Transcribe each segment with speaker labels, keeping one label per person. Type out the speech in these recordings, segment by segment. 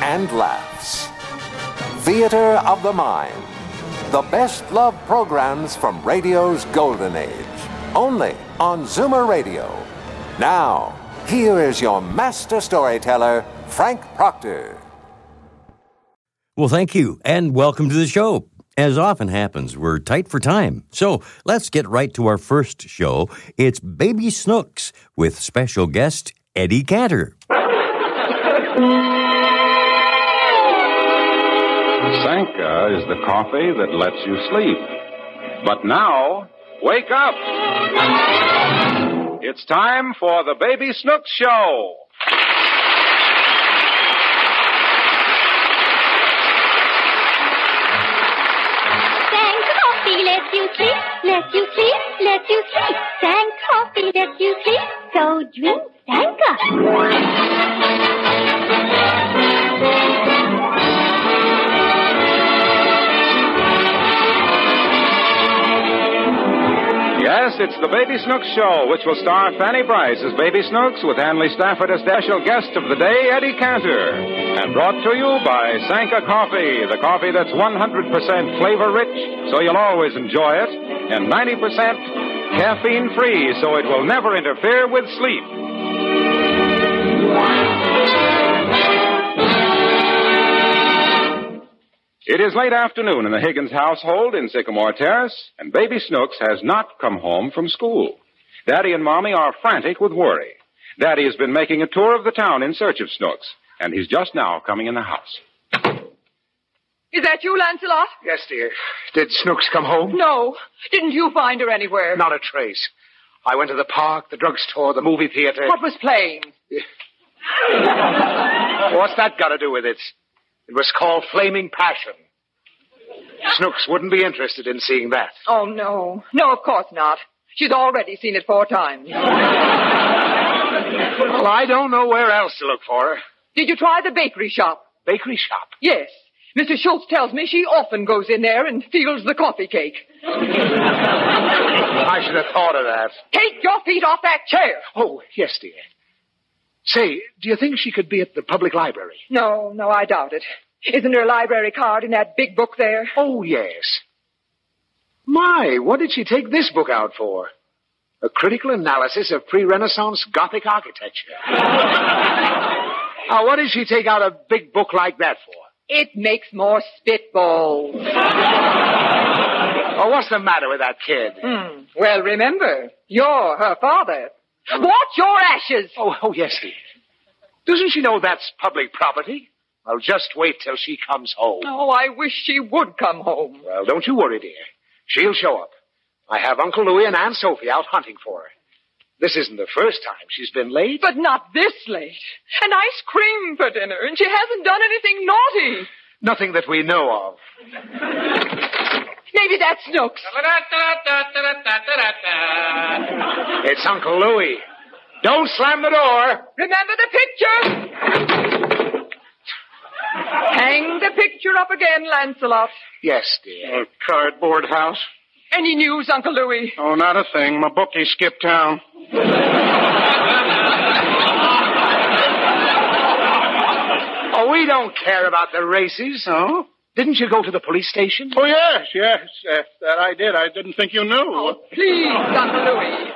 Speaker 1: and laughs. Theater of the Mind. The best love programs from radio's golden age. Only on Zoomer Radio. Now, here is your master storyteller, Frank Proctor.
Speaker 2: Well, thank you, and welcome to the show. As often happens, we're tight for time. So let's get right to our first show. It's Baby Snooks with special guest Eddie Cantor.
Speaker 3: Sanka is the coffee that lets you sleep. But now, wake up! It's time for the Baby Snooks Show.
Speaker 4: Sang coffee lets you sleep, lets you sleep, lets you sleep. Sang coffee lets you sleep, so drink Sanka.
Speaker 3: Yes, it's the Baby Snooks Show, which will star Fanny Bryce as Baby Snooks with Hanley Stafford as special guest of the day, Eddie Cantor. And brought to you by Sanka Coffee, the coffee that's 100% flavor rich, so you'll always enjoy it, and 90% caffeine free, so it will never interfere with sleep. It is late afternoon in the Higgins household in Sycamore Terrace, and baby Snooks has not come home from school. Daddy and Mommy are frantic with worry. Daddy has been making a tour of the town in search of Snooks, and he's just now coming in the house.
Speaker 5: Is that you, Lancelot?
Speaker 6: Yes, dear. Did Snooks come home?
Speaker 5: No. Didn't you find her anywhere?
Speaker 6: Not a trace. I went to the park, the drugstore, the movie theater.
Speaker 5: What was playing?
Speaker 6: What's that got to do with it? It was called Flaming Passion. Snooks wouldn't be interested in seeing that.
Speaker 5: Oh, no. No, of course not. She's already seen it four times.
Speaker 6: Well, I don't know where else to look for her.
Speaker 5: Did you try the bakery shop?
Speaker 6: Bakery shop.
Speaker 5: Yes. Mr. Schultz tells me she often goes in there and steals the coffee cake.
Speaker 6: I should have thought of that.
Speaker 5: Take your feet off that chair.
Speaker 6: Oh, yes, dear. Say, do you think she could be at the public library?
Speaker 5: No, no, I doubt it. Isn't her library card in that big book there?
Speaker 6: Oh, yes. My, what did she take this book out for? A critical analysis of pre Renaissance Gothic architecture. now, what did she take out a big book like that for?
Speaker 5: It makes more spitballs.
Speaker 6: Oh, what's the matter with that kid?
Speaker 5: Well, remember, you're her father. Watch your ashes.
Speaker 6: Oh, oh, yes, dear. Doesn't she know that's public property? Well, just wait till she comes home.
Speaker 5: Oh, I wish she would come home.
Speaker 6: Well, don't you worry, dear. She'll show up. I have Uncle Louis and Aunt Sophie out hunting for her. This isn't the first time she's been late.
Speaker 5: But not this late. And ice cream for dinner, and she hasn't done anything naughty.
Speaker 6: Nothing that we know of.
Speaker 5: Maybe that's Snooks.
Speaker 6: It's Uncle Louis. Don't slam the door.
Speaker 5: Remember the picture? Hang the picture up again, Lancelot.
Speaker 6: Yes, dear.
Speaker 7: A cardboard house?
Speaker 5: Any news, Uncle Louis?
Speaker 7: Oh, not a thing. My bookie skipped town.
Speaker 6: Oh, we don't care about the races.
Speaker 7: Oh?
Speaker 6: Didn't you go to the police station?
Speaker 7: Oh, yes, yes. yes, that I did. I didn't think you knew.
Speaker 5: Oh,
Speaker 7: Oh,
Speaker 5: please, Uncle Louis.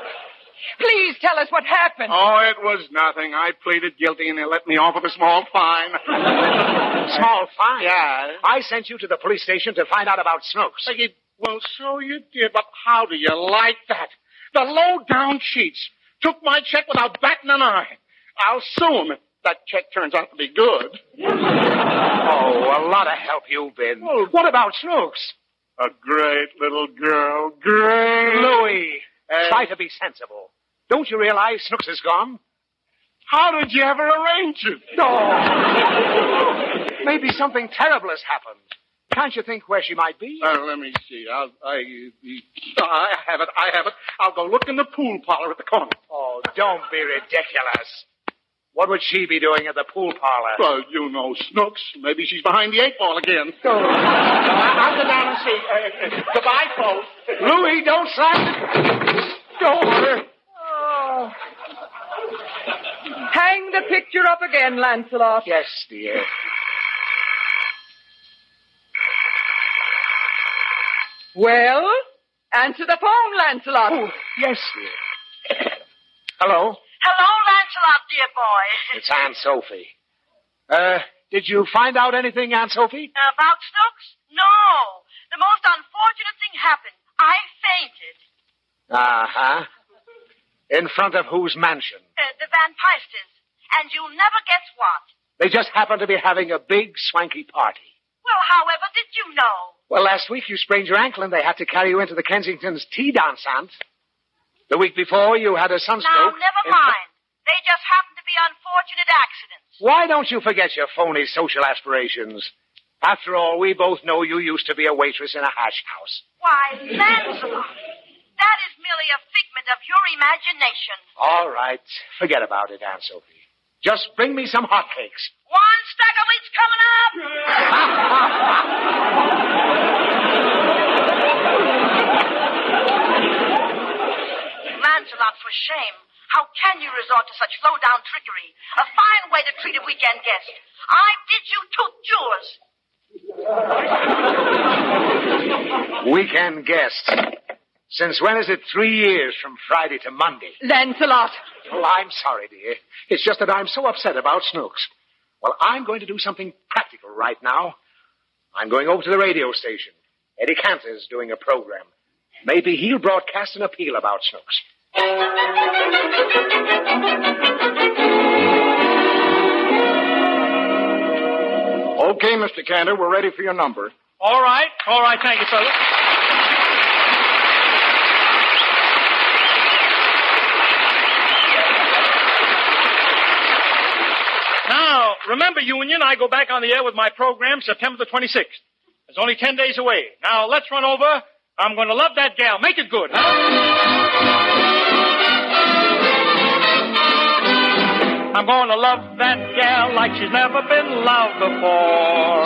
Speaker 5: Please tell us what happened.
Speaker 7: Oh, it was nothing. I pleaded guilty and they let me off with a small fine.
Speaker 6: Small fine.
Speaker 7: Yeah.
Speaker 6: I sent you to the police station to find out about Snooks.
Speaker 7: Like it- well, so you did, but how do you like that? The low-down cheats took my check without batting an eye. I'll sue 'em if that check turns out to be good.
Speaker 6: Oh, a lot of help you've been.
Speaker 7: Well,
Speaker 6: what about Snooks?
Speaker 7: A great little girl. Great.
Speaker 6: Louis,
Speaker 7: Uh,
Speaker 6: try to be sensible. Don't you realize Snooks is gone?
Speaker 7: How did you ever arrange it?
Speaker 6: Oh. Maybe something terrible has happened. Can't you think where she might be?
Speaker 7: Uh, let me see. I'll, I, uh, I have it. I have it. I'll go look in the pool parlor at the corner.
Speaker 6: Oh, don't be ridiculous. What would she be doing at the pool parlor?
Speaker 7: Well, you know, Snooks. Maybe she's behind the eight ball again.
Speaker 6: Oh. I'll go down and see. Uh, uh, goodbye, folks. Louis, don't slam the door.
Speaker 5: Oh. Hang the picture up again, Lancelot.
Speaker 6: Yes, dear.
Speaker 5: Well, answer the phone, Lancelot.
Speaker 6: Oh, yes, dear. Hello?
Speaker 8: Hello, Lancelot, dear boy.
Speaker 6: It's Aunt Sophie. Uh, did you find out anything, Aunt Sophie?
Speaker 8: About Snooks? Uh, No. The most unfortunate thing happened. I fainted.
Speaker 6: Uh
Speaker 7: Uh-huh.
Speaker 6: huh. In front of whose mansion?
Speaker 8: Uh, the Van Peisters. And you'll never guess what.
Speaker 6: They just happened to be having a big, swanky party.
Speaker 8: Well, however, did you know?
Speaker 6: Well, last week you sprained your ankle and they had to carry you into the Kensington's tea dance, Aunt. The week before you had a sunstroke.
Speaker 8: Now, never mind. They just happened to be unfortunate accidents.
Speaker 6: Why don't you forget your phony social aspirations? After all, we both know you used to be a waitress in a hash house.
Speaker 8: Why, Lancelot, that is merely a figment of your imagination.
Speaker 6: All right. Forget about it, Aunt Sophie. Just bring me some hotcakes.
Speaker 8: One stack of each coming up. Lancelot, for shame. How can you resort to such low-down trickery? A fine way to treat a weekend guest. I did you toot yours.
Speaker 6: Weekend guests. Since when is it three years from Friday to Monday?
Speaker 5: Lancelot.
Speaker 6: Well, I'm sorry, dear. It's just that I'm so upset about Snooks. Well, I'm going to do something practical right now. I'm going over to the radio station. Eddie Cantor's doing a program. Maybe he'll broadcast an appeal about Snooks.
Speaker 3: Okay, Mr. Cantor, we're ready for your number.
Speaker 9: All right. All right. Thank you, fellas. Now, remember, Union, I go back on the air with my program September the 26th. It's only 10 days away. Now, let's run over. I'm going to love that gal. Make it good, huh? I'm going to love that gal like she's never been loved before.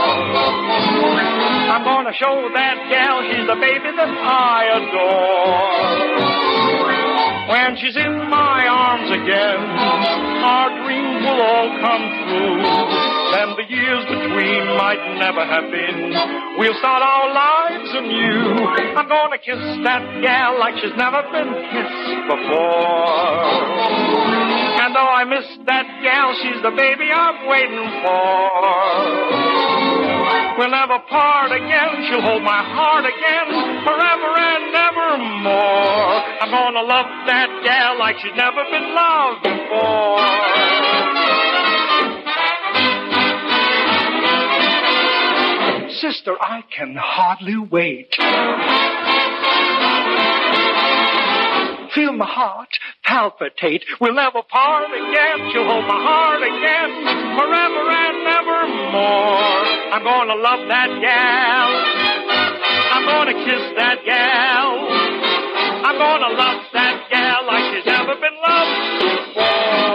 Speaker 9: I'm going to show that gal she's the baby that I adore. When she's in my arms again, our dream will all come true. Then the years between might never have been. We'll start our lives anew. I'm gonna kiss that gal like she's never been kissed before. And though I miss that gal, she's the baby I'm waiting for. We'll never part again. She'll hold my heart again forever and evermore. I'm gonna love that gal like she's never been loved before.
Speaker 7: Sister, I can hardly wait. Feel my heart palpitate. We'll never part again. She'll hold my heart again forever and evermore.
Speaker 9: I'm gonna love that gal. I'm gonna kiss that gal. I'm gonna love that gal like she's never been loved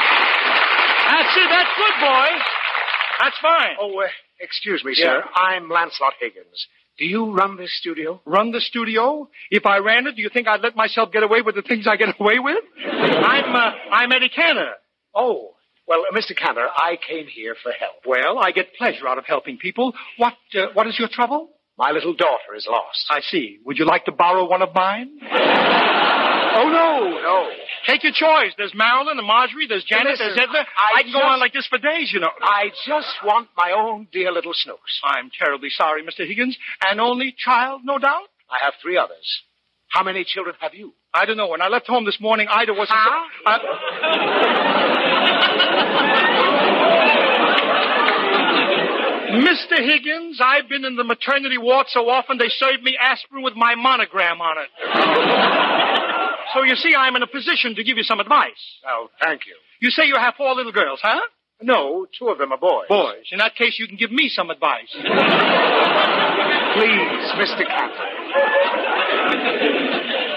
Speaker 9: That's it. That's good, boys. That's fine.
Speaker 6: Oh, uh, excuse me, sir.
Speaker 9: Yeah.
Speaker 6: I'm Lancelot Higgins. Do you run this studio?
Speaker 9: Run the studio? If I ran it, do you think I'd let myself get away with the things I get away with? I'm, uh, I'm Eddie Cantor.
Speaker 6: Oh, well, uh, Mr. Cantor, I came here for help.
Speaker 9: Well, I get pleasure out of helping people. What, uh, what is your trouble?
Speaker 6: My little daughter is lost.
Speaker 9: I see. Would you like to borrow one of mine? oh, no.
Speaker 6: No.
Speaker 9: Take your choice. There's Marilyn and Marjorie. There's Janet.
Speaker 6: Listen,
Speaker 9: there's Edna.
Speaker 6: I
Speaker 9: can go
Speaker 6: just-
Speaker 9: on like this for days, you know.
Speaker 6: I just want my own dear little Snooks.
Speaker 9: I'm terribly sorry, Mr. Higgins. An only child, no doubt?
Speaker 6: I have three others. How many children have you?
Speaker 9: I don't know. When I left home this morning, Ida wasn't.
Speaker 6: Huh?
Speaker 9: I- uh,
Speaker 7: Mr. Higgins, I've been in the maternity ward so often they served me aspirin with my monogram on it. so you see, I'm in a position to give you some advice.
Speaker 6: Oh, thank you.
Speaker 7: You say you have four little girls, huh?
Speaker 6: No, two of them are boys.
Speaker 7: Boys. In that case, you can give me some advice.
Speaker 6: Please, Mr. Campbell.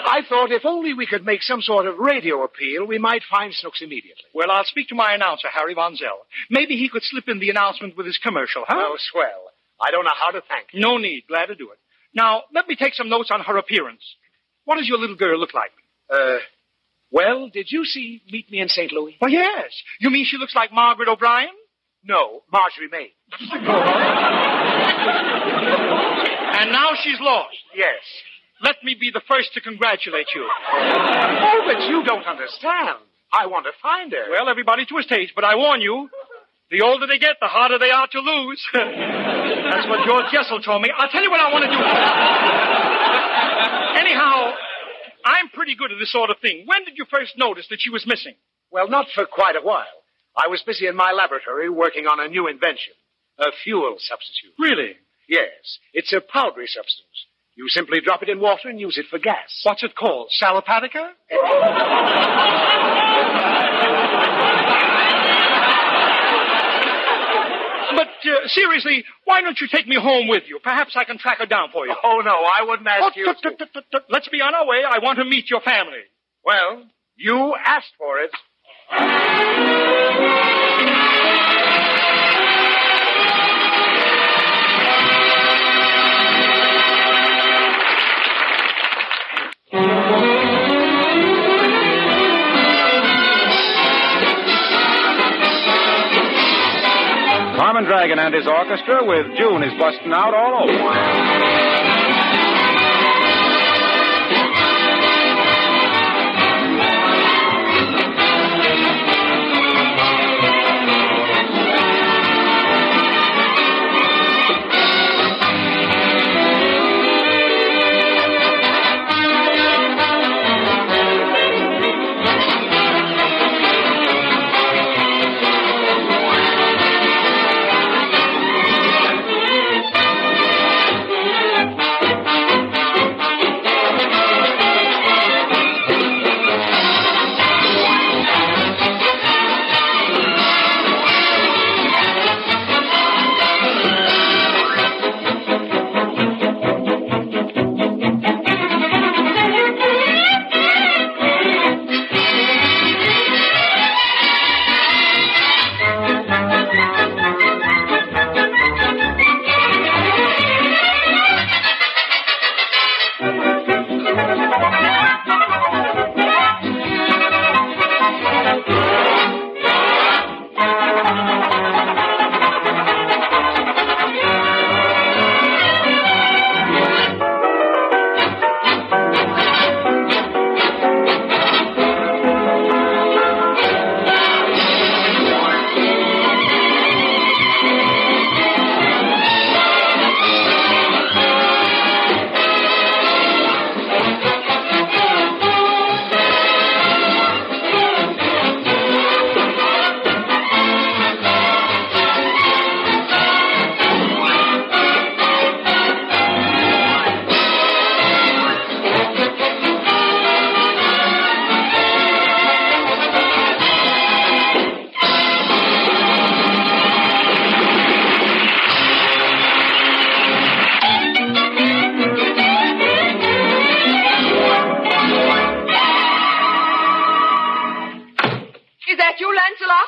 Speaker 6: I thought if only we could make some sort of radio appeal, we might find Snooks immediately.
Speaker 7: Well, I'll speak to my announcer, Harry Vonzell. Maybe he could slip in the announcement with his commercial, huh?
Speaker 6: Oh, swell. I don't know Uh, how to thank you.
Speaker 7: No need. Glad to do it. Now, let me take some notes on her appearance. What does your little girl look like?
Speaker 6: Uh, well, did you see Meet Me in St. Louis?
Speaker 7: Well, yes. You mean she looks like Margaret O'Brien?
Speaker 6: No, Marjorie May.
Speaker 7: and now she's lost.
Speaker 6: Yes.
Speaker 7: Let me be the first to congratulate you.
Speaker 6: Oh, but you don't understand. I want to find her.
Speaker 7: Well, everybody to his taste, but I warn you, the older they get, the harder they are to lose. That's what George Jessel told me. I'll tell you what I want to do. Anyhow, I'm pretty good at this sort of thing. When did you first notice that she was missing?
Speaker 6: Well, not for quite a while. I was busy in my laboratory working on a new invention, a fuel substitute.
Speaker 7: Really?
Speaker 6: Yes. It's a powdery substance. You simply drop it in water and use it for gas.
Speaker 7: What's it called? Salopatica? but uh, seriously, why don't you take me home with you? Perhaps I can track her down for you.
Speaker 6: Oh, no, I wouldn't ask
Speaker 7: oh,
Speaker 6: you.
Speaker 7: T- t- t- let's be on our way. I want to meet your family.
Speaker 6: Well, you asked for it.
Speaker 3: Carmen Dragon and his orchestra with June is busting out all over.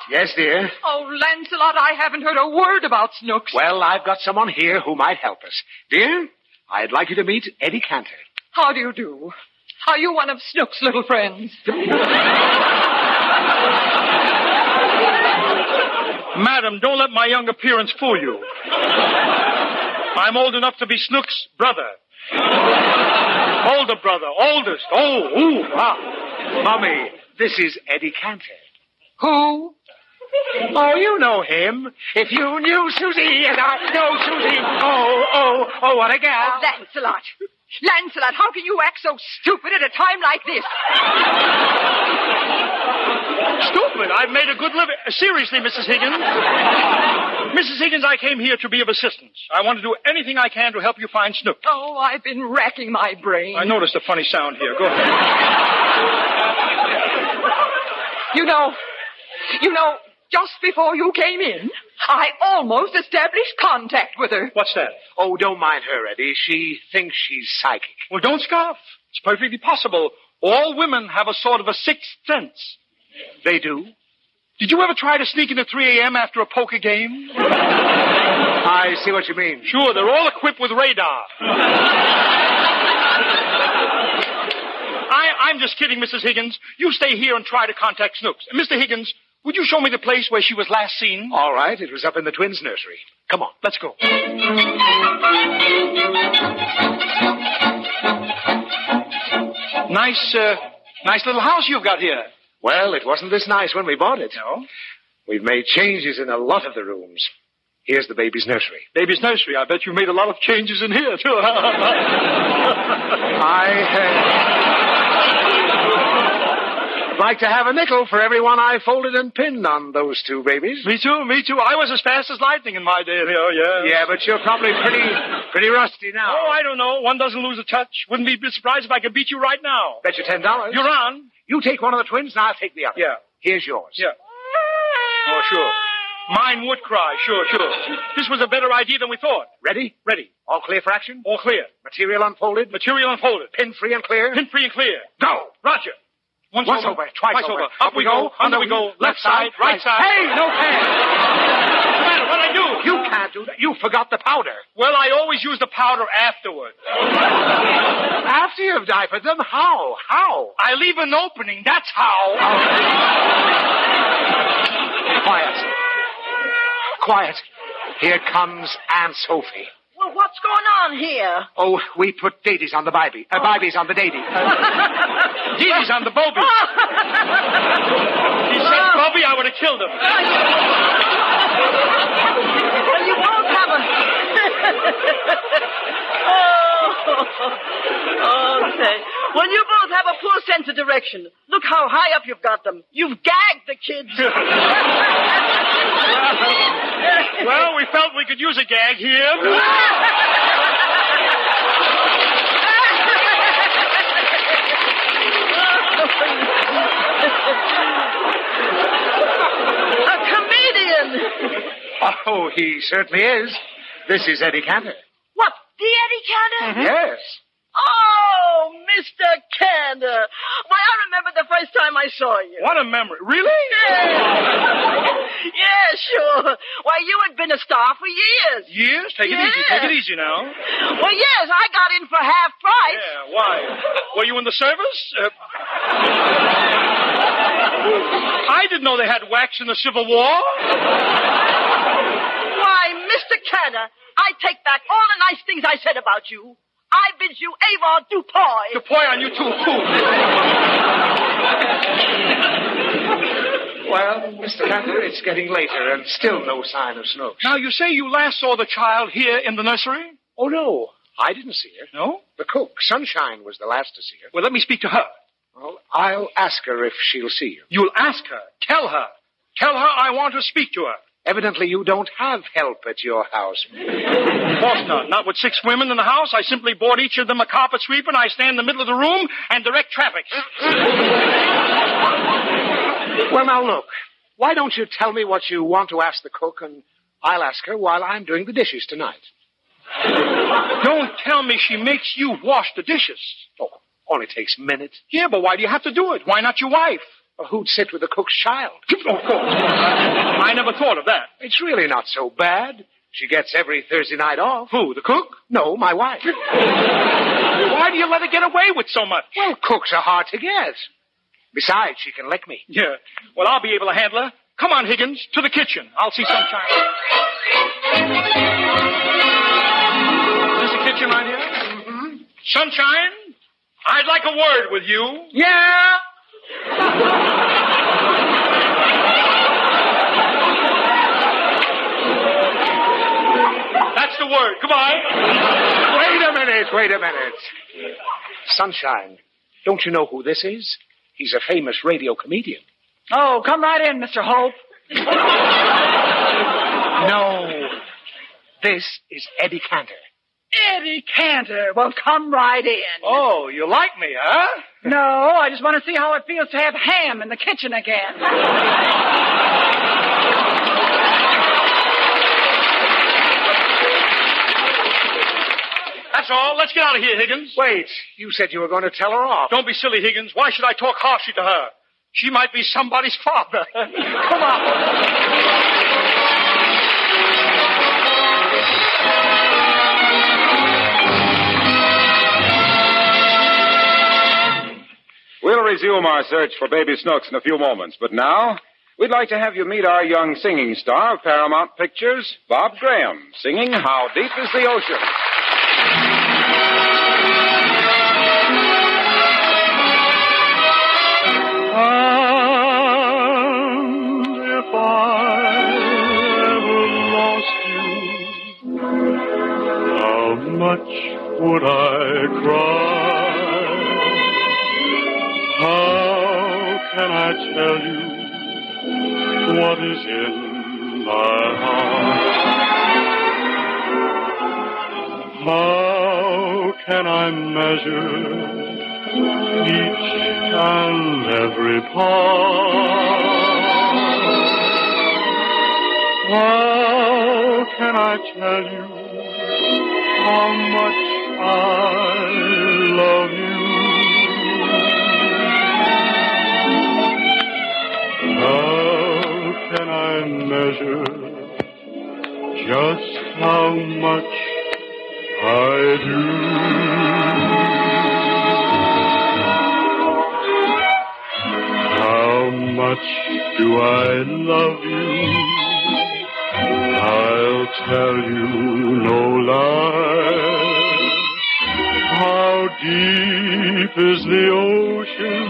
Speaker 6: Yes, dear.
Speaker 5: Oh, Lancelot, I haven't heard a word about Snooks.
Speaker 6: Well, I've got someone here who might help us. Dear, I'd like you to meet Eddie Cantor.
Speaker 5: How do you do? Are you one of Snooks' little friends?
Speaker 9: Oh,
Speaker 7: Madam, don't let my young appearance fool you. I'm old enough to be Snooks' brother. Older brother, oldest. Oh, ooh, ah.
Speaker 6: Mummy, this is Eddie Cantor.
Speaker 5: Who?
Speaker 6: Oh, you know him. If you knew Susie and I know Susie. Oh, oh, oh, what a gal.
Speaker 8: Oh, Lancelot.
Speaker 5: Lancelot, how can you act so stupid at a time like this?
Speaker 7: Stupid. I've made a good living. Uh, Seriously, Mrs. Higgins. Mrs. Higgins, I came here to be of assistance. I want to do anything I can to help you find Snook.
Speaker 5: Oh, I've been racking my brain.
Speaker 7: I noticed a funny sound here. Go ahead.
Speaker 5: You know, you know, just before you came in, I almost established contact with her.
Speaker 7: What's that?
Speaker 6: Oh, don't mind her, Eddie. She thinks she's psychic.
Speaker 7: Well, don't scoff. It's perfectly possible. All women have a sort of a sixth sense.
Speaker 6: They do.
Speaker 7: Did you ever try to sneak in at 3 a.m. after a poker game?
Speaker 6: I see what you mean.
Speaker 7: Sure, they're all equipped with radar. I, I'm just kidding, Mrs. Higgins. You stay here and try to contact Snooks. And Mr. Higgins, would you show me the place where she was last seen?
Speaker 6: All right, it was up in the twins' nursery. Oh, Come on.
Speaker 7: Let's go. Nice, uh, nice little house you've got here.
Speaker 6: Well, it wasn't this nice when we bought it.
Speaker 7: No?
Speaker 6: We've made changes in a lot of the rooms. Here's the baby's nursery.
Speaker 7: Baby's nursery. I bet you made a lot of changes in here, too.
Speaker 6: I uh, like to have a nickel for everyone I folded and pinned on those two babies.
Speaker 7: me too, me too. I was as fast as lightning in my day here, yeah.
Speaker 6: Yeah, but you're probably pretty, pretty rusty now.
Speaker 7: Oh, I don't know. One doesn't lose a touch. Wouldn't be surprised if I could beat you right now.
Speaker 6: Bet you ten dollars.
Speaker 7: You're on.
Speaker 6: You take one of the twins, and I'll take the other.
Speaker 7: Yeah.
Speaker 6: Here's yours.
Speaker 7: Yeah. Oh, sure. Mine would cry, sure, sure. This was a better idea than we thought.
Speaker 6: Ready?
Speaker 7: Ready.
Speaker 6: All clear for action?
Speaker 7: All clear.
Speaker 6: Material unfolded.
Speaker 7: Material unfolded.
Speaker 6: Pin free and clear.
Speaker 7: Pin free and clear.
Speaker 6: Go.
Speaker 7: Roger. Once,
Speaker 6: Once over, twice over.
Speaker 7: Up, we go, under we go, left side, right side.
Speaker 6: Hey, no can.
Speaker 7: What's the matter? What I do?
Speaker 6: You can't do that. You forgot the powder.
Speaker 7: Well, I always use the powder afterward.
Speaker 6: After you've diapered them, how? How?
Speaker 7: I leave an opening. That's how.
Speaker 6: Quiet. Quiet. Here comes Aunt Sophie.
Speaker 8: Well, what's going on here?
Speaker 6: Oh, we put daisies on the baby. Uh, babies on the daisy. Uh,
Speaker 7: Dini's on the Bobby. he said Bobby, I would have killed him.
Speaker 8: Well, you won't have a. oh, okay. Well, you both have a poor sense of direction. Look how high up you've got them. You've gagged the kids.
Speaker 7: Well, we felt we could use a gag here.
Speaker 8: a comedian.
Speaker 6: oh, he certainly is. This is Eddie Cantor.
Speaker 8: What? The Eddie Cantor?
Speaker 6: Yes.
Speaker 8: Oh, Mr. Cantor. Why, I remember the first time I saw you.
Speaker 7: What a memory. Really?
Speaker 8: yeah, sure. Why, you had been a star for years.
Speaker 7: Years? Take it easy. Take it easy now.
Speaker 8: Well, yes, I got in for half price.
Speaker 7: Yeah, why? Were you in the service? Uh, I didn't know they had wax in the Civil War.
Speaker 8: Why, Mr. Cantor, I take back all the nice things I said about you. I bid you Avon Dupoy.
Speaker 7: The point on you too, too.
Speaker 6: Well, Mr. Cantor, it's getting later and still no sign of Snooks.
Speaker 7: Now, you say you last saw the child here in the nursery?
Speaker 6: Oh, no. I didn't see her.
Speaker 7: No?
Speaker 6: The cook, Sunshine, was the last to see her.
Speaker 7: Well, let me speak to her.
Speaker 6: Well, I'll ask her if she'll see you.
Speaker 7: You'll ask her. Tell her. Tell her I want to speak to her.
Speaker 6: Evidently, you don't have help at your house.
Speaker 7: Of course not. Not with six women in the house. I simply bought each of them a carpet sweep and I stand in the middle of the room and direct traffic.
Speaker 6: Well, now look. Why don't you tell me what you want to ask the cook, and I'll ask her while I'm doing the dishes tonight.
Speaker 7: Don't tell me she makes you wash the dishes.
Speaker 6: Oh, only takes a minute.
Speaker 7: Yeah, but why do you have to do it? Why not your wife?
Speaker 6: Well, who'd sit with the cook's child?
Speaker 7: Of course. I never thought of that.
Speaker 6: It's really not so bad. She gets every Thursday night off.
Speaker 7: Who, the cook?
Speaker 6: No, my wife.
Speaker 7: Why do you let her get away with so much?
Speaker 6: well, cooks are hard to get. Besides, she can lick me.
Speaker 7: Yeah. Well, I'll be able to handle her. Come on, Higgins, to the kitchen. I'll see sunshine. There's the kitchen right here. Mm-hmm. Sunshine, I'd like a word with you.
Speaker 6: Yeah.
Speaker 7: That's the word. Goodbye.
Speaker 6: Wait a minute. Wait a minute. Sunshine, don't you know who this is? He's a famous radio comedian.
Speaker 5: Oh, come right in, Mr. Hope.
Speaker 6: No, this is Eddie Cantor.
Speaker 5: Eddie Cantor. Well, come right in.
Speaker 9: Oh, you like me, huh?
Speaker 5: No, I just want to see how it feels to have ham in the kitchen again.
Speaker 9: That's all. Let's get out of here, Higgins.
Speaker 6: Wait, you said you were going to tell her off.
Speaker 9: Don't be silly, Higgins. Why should I talk harshly to her? She might be somebody's father. Come on.
Speaker 3: We'll resume our search for Baby Snooks in a few moments, but now we'd like to have you meet our young singing star of Paramount Pictures, Bob Graham, singing How Deep is the Ocean.
Speaker 9: And if I ever lost you, how much would I cry? How can I tell you what is in my heart? How can I measure each and every part. How can I tell you how much I love you? How can I measure just how much I do? How much do I love you? I'll tell you no lie. How deep is the ocean?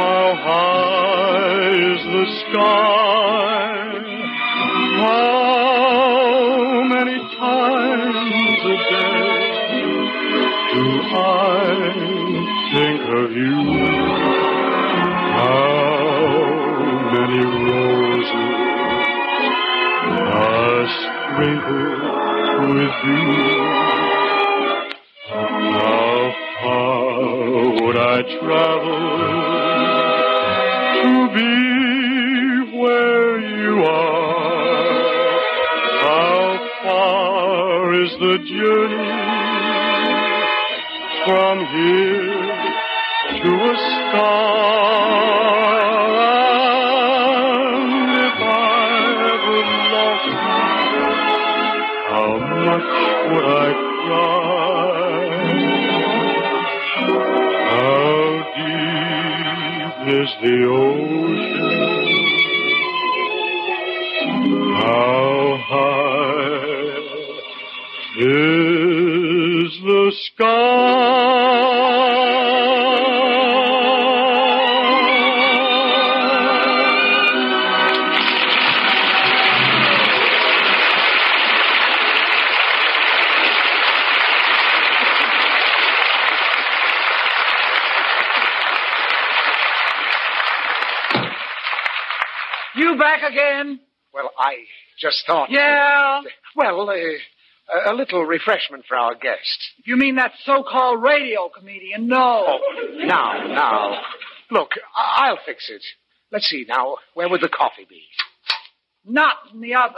Speaker 9: How high is the sky? How many times a day do I think of you? How many roses are sprinkled with dew? How far would I travel to be where you are? How far is the journey from here to a star. And if I ever lost you, how much would I cry? How deep is the ocean? How high is the sky.
Speaker 5: you back again?
Speaker 6: Well, I just thought.
Speaker 5: Yeah.
Speaker 6: Well, uh, a little refreshment for our guest.
Speaker 5: You mean that so-called radio comedian? No.
Speaker 6: Oh, Now, now. Look, I- I'll fix it. Let's see now. Where would the coffee be?
Speaker 5: Not in the oven.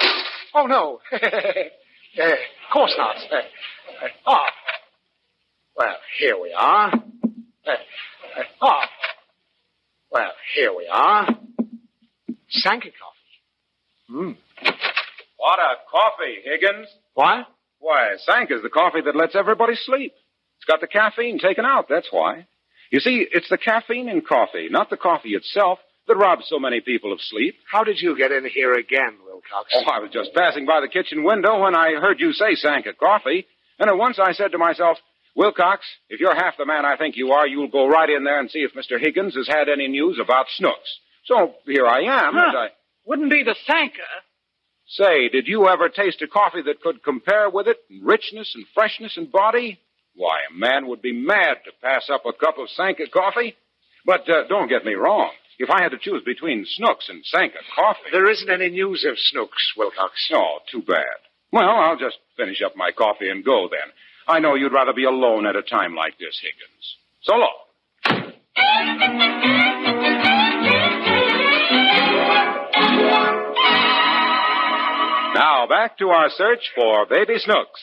Speaker 6: Oh, no. uh, of course not. Uh, uh, ah. Well, here we are. Uh, uh, ah. Well, here we are. Sanka coffee. Hmm.
Speaker 3: What a coffee, Higgins.
Speaker 6: What?
Speaker 3: Why, Sanka's the coffee that lets everybody sleep. It's got the caffeine taken out, that's why. You see, it's the caffeine in coffee, not the coffee itself, that robs so many people of sleep.
Speaker 6: How did you get in here again, Wilcox?
Speaker 3: Oh, I was just passing by the kitchen window when I heard you say Sanka coffee, and at once I said to myself, Wilcox, if you're half the man I think you are, you'll go right in there and see if Mr. Higgins has had any news about Snooks. So here I am, and
Speaker 5: Huh.
Speaker 3: I
Speaker 5: Wouldn't be the Sanka.
Speaker 3: say, did you ever taste a coffee that could compare with it in richness and freshness and body? Why, a man would be mad to pass up a cup of Sanka coffee. But uh, don't get me wrong. If I had to choose between Snooks and Sanka coffee.
Speaker 6: There isn't any news of Snooks, Wilcox.
Speaker 3: Oh, too bad. Well, I'll just finish up my coffee and go then. I know you'd rather be alone at a time like this, Higgins. So long. Now, back to our search for Baby Snooks.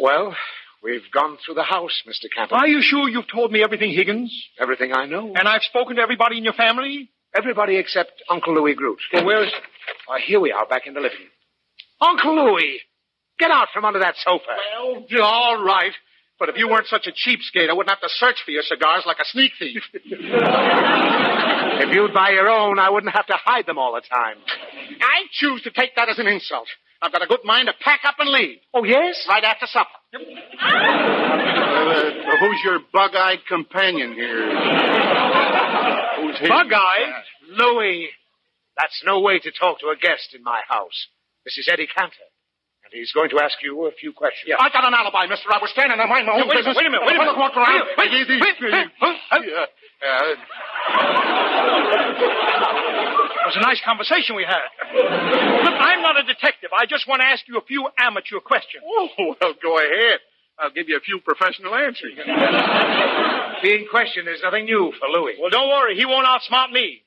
Speaker 6: Well, we've gone through the house, Mr. Campbell.
Speaker 7: Are you sure you've told me everything, Higgins?
Speaker 6: Everything I know.
Speaker 7: And I've spoken to everybody in your family?
Speaker 6: Everybody except Uncle Louis Groot.
Speaker 7: Well, where's.
Speaker 6: Uh, here we are, back in the living room. Uncle Louis! Get out from under that sofa.
Speaker 10: Well, all right. But if you weren't such a cheapskate, I wouldn't have to search for your cigars like a sneak thief.
Speaker 6: if you'd buy your own, I wouldn't have to hide them all the time.
Speaker 10: I choose to take that as an insult. I've got a good mind to pack up and leave.
Speaker 6: Oh, yes?
Speaker 10: Right after supper. Yep.
Speaker 11: Uh, who's your bug-eyed companion here?
Speaker 10: Who's he? Bug-eyed?
Speaker 6: Louis. That's no way to talk to a guest in my house. This is Eddie Cantor. And he's going to ask you a few questions.
Speaker 10: Yeah. I got an alibi, mister. I was standing there minding my own
Speaker 7: wait
Speaker 10: business.
Speaker 7: A minute, wait a minute,
Speaker 10: Walked around.
Speaker 7: Wait, wait, wait, wait, huh? Huh?
Speaker 11: Yeah. Uh,
Speaker 7: It was a nice conversation we had. Look, I'm not a detective. I just want to ask you a few amateur questions.
Speaker 11: oh, well, go ahead. I'll give you a few professional answers.
Speaker 6: Being questioned is nothing new for Louis.
Speaker 7: Well, don't worry. He won't outsmart me.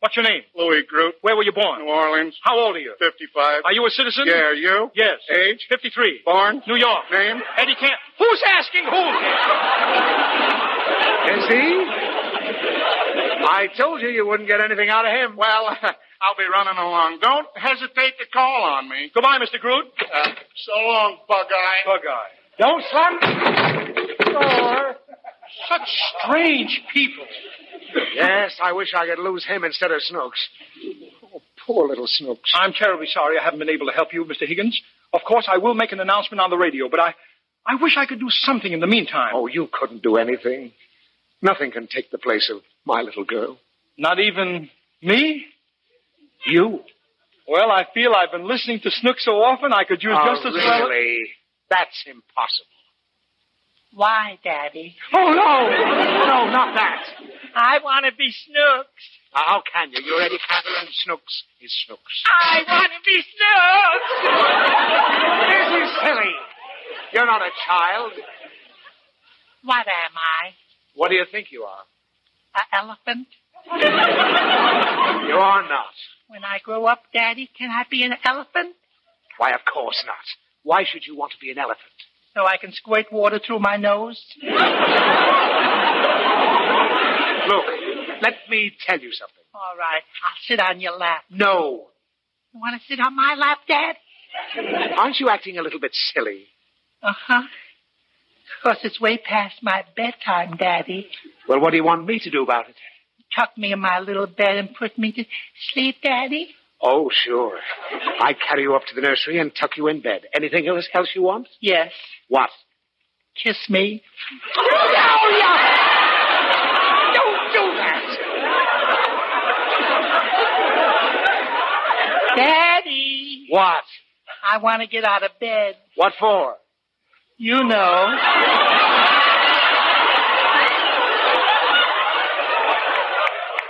Speaker 7: What's your name?
Speaker 11: Louis Groot,
Speaker 7: Where were you born?
Speaker 11: New Orleans,
Speaker 7: How old are you?
Speaker 11: 55.
Speaker 7: Are you a citizen?
Speaker 11: Yeah, are you?
Speaker 7: Yes.
Speaker 11: Age?
Speaker 7: 53.
Speaker 11: Born?
Speaker 7: New York.
Speaker 11: Name?
Speaker 7: Eddie Camp. Who's asking who?
Speaker 6: Is he? I told you you wouldn't get anything out of him.
Speaker 11: Well, I'll be running along. Don't hesitate to call on me.
Speaker 7: Goodbye, Mr. Groot.
Speaker 11: Uh, so long, bug-eye.
Speaker 7: Bug-eye.
Speaker 6: Don't slam
Speaker 7: Such strange people.
Speaker 6: Yes, I wish I could lose him instead of Snooks. Oh, poor little Snooks.
Speaker 7: I'm terribly sorry I haven't been able to help you, Mr. Higgins. Of course, I will make an announcement on the radio, but I, I wish I could do something in the meantime.
Speaker 6: Oh, you couldn't do anything. Nothing can take the place of my little girl.
Speaker 7: Not even me?
Speaker 6: You.
Speaker 7: Well, I feel I've been listening to Snook so often I could use
Speaker 6: Oh,
Speaker 7: just as well.
Speaker 6: really? That's impossible.
Speaker 12: Why, Daddy?
Speaker 6: Oh, no! No, not that.
Speaker 12: I want to be Snooks.
Speaker 6: Now, Uh, How can you? You're Eddie Cantor, and Snooks is Snooks.
Speaker 12: I want to be Snooks.
Speaker 6: This is silly. You're not a child.
Speaker 12: What am I?
Speaker 6: What do you think you are?
Speaker 12: An elephant?
Speaker 6: You are not.
Speaker 12: When I grow up, Daddy, can I be an elephant?
Speaker 6: Why, of course not. Why should you want to be an elephant?
Speaker 12: So I can squirt water through my nose?
Speaker 6: Look, let me tell you something.
Speaker 12: All right, I'll sit on your lap.
Speaker 6: No.
Speaker 12: You want to sit on my lap, Dad?
Speaker 6: Aren't you acting a little bit silly?
Speaker 12: Uh huh. Because it's way past my bedtime, Daddy.
Speaker 6: Well, what do you want me to do about it?
Speaker 12: Tuck me in my little bed and put me to sleep, Daddy.
Speaker 6: Oh, sure. I carry you up to the nursery and tuck you in bed. Anything else, else you want?
Speaker 12: Yes.
Speaker 6: What?
Speaker 12: Kiss me.
Speaker 6: Don't do that.
Speaker 12: Daddy,
Speaker 6: What?
Speaker 12: I want to get out of bed.
Speaker 6: What for?
Speaker 12: You know.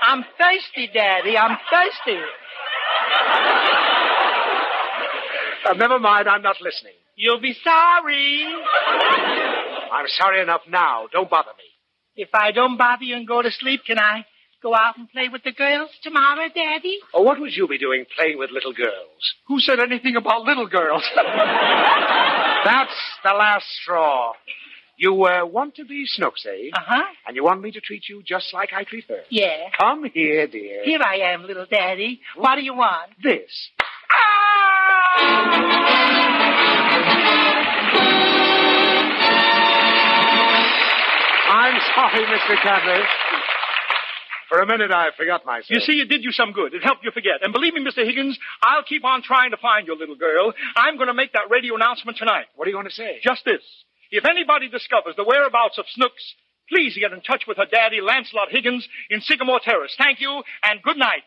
Speaker 12: I'm thirsty, Daddy. I'm thirsty.
Speaker 6: Uh, never mind. I'm not listening.
Speaker 12: You'll be sorry
Speaker 6: I'm sorry enough now. Don't bother me.
Speaker 12: if I don't bother you and go to sleep. Can I go out and play with the girls tomorrow, Daddy?
Speaker 6: Oh, what would you be doing playing with little girls?
Speaker 7: Who said anything about little girls?
Speaker 6: That's the last straw. You uh, want to be Snooks, eh?
Speaker 12: Uh huh.
Speaker 6: And you want me to treat you just like I treat her?
Speaker 12: Yeah.
Speaker 6: Come here, dear.
Speaker 12: Here I am, little Daddy. What do you want?
Speaker 6: This. I'm sorry, Mr. Cadley. For a minute, I forgot myself.
Speaker 7: you see, it did you some good. It helped you forget. And believe me, Mr. Higgins, I'll keep on trying to find your little girl. I'm going to make that radio announcement tonight.
Speaker 6: what are you going to say?
Speaker 7: Just this. If anybody discovers the whereabouts of Snooks, please get in touch with her daddy, Lancelot Higgins, in Sycamore Terrace. Thank you, and good night.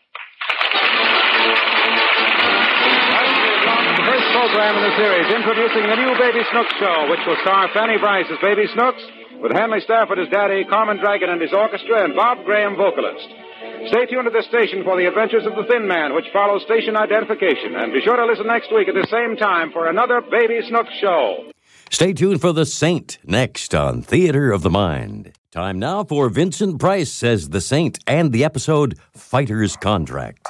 Speaker 6: Well,
Speaker 3: The first program in the series introducing the new Baby Snooks show, which will star Fanny Bryce as Baby Snooks, with Hanley Stafford as Daddy, Carmen Dragon and his orchestra, and Bob Graham, vocalist. Stay tuned to this station for the adventures of the Thin Man, which follows station identification. And be sure to listen next week at the same time for another Baby Snooks show.
Speaker 2: Stay tuned for The Saint next on Theater of the Mind. Time now for Vincent Price as The Saint and the episode Fighter's Contract.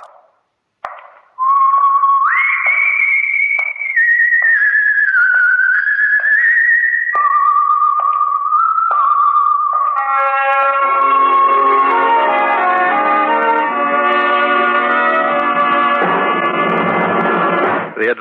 Speaker 13: The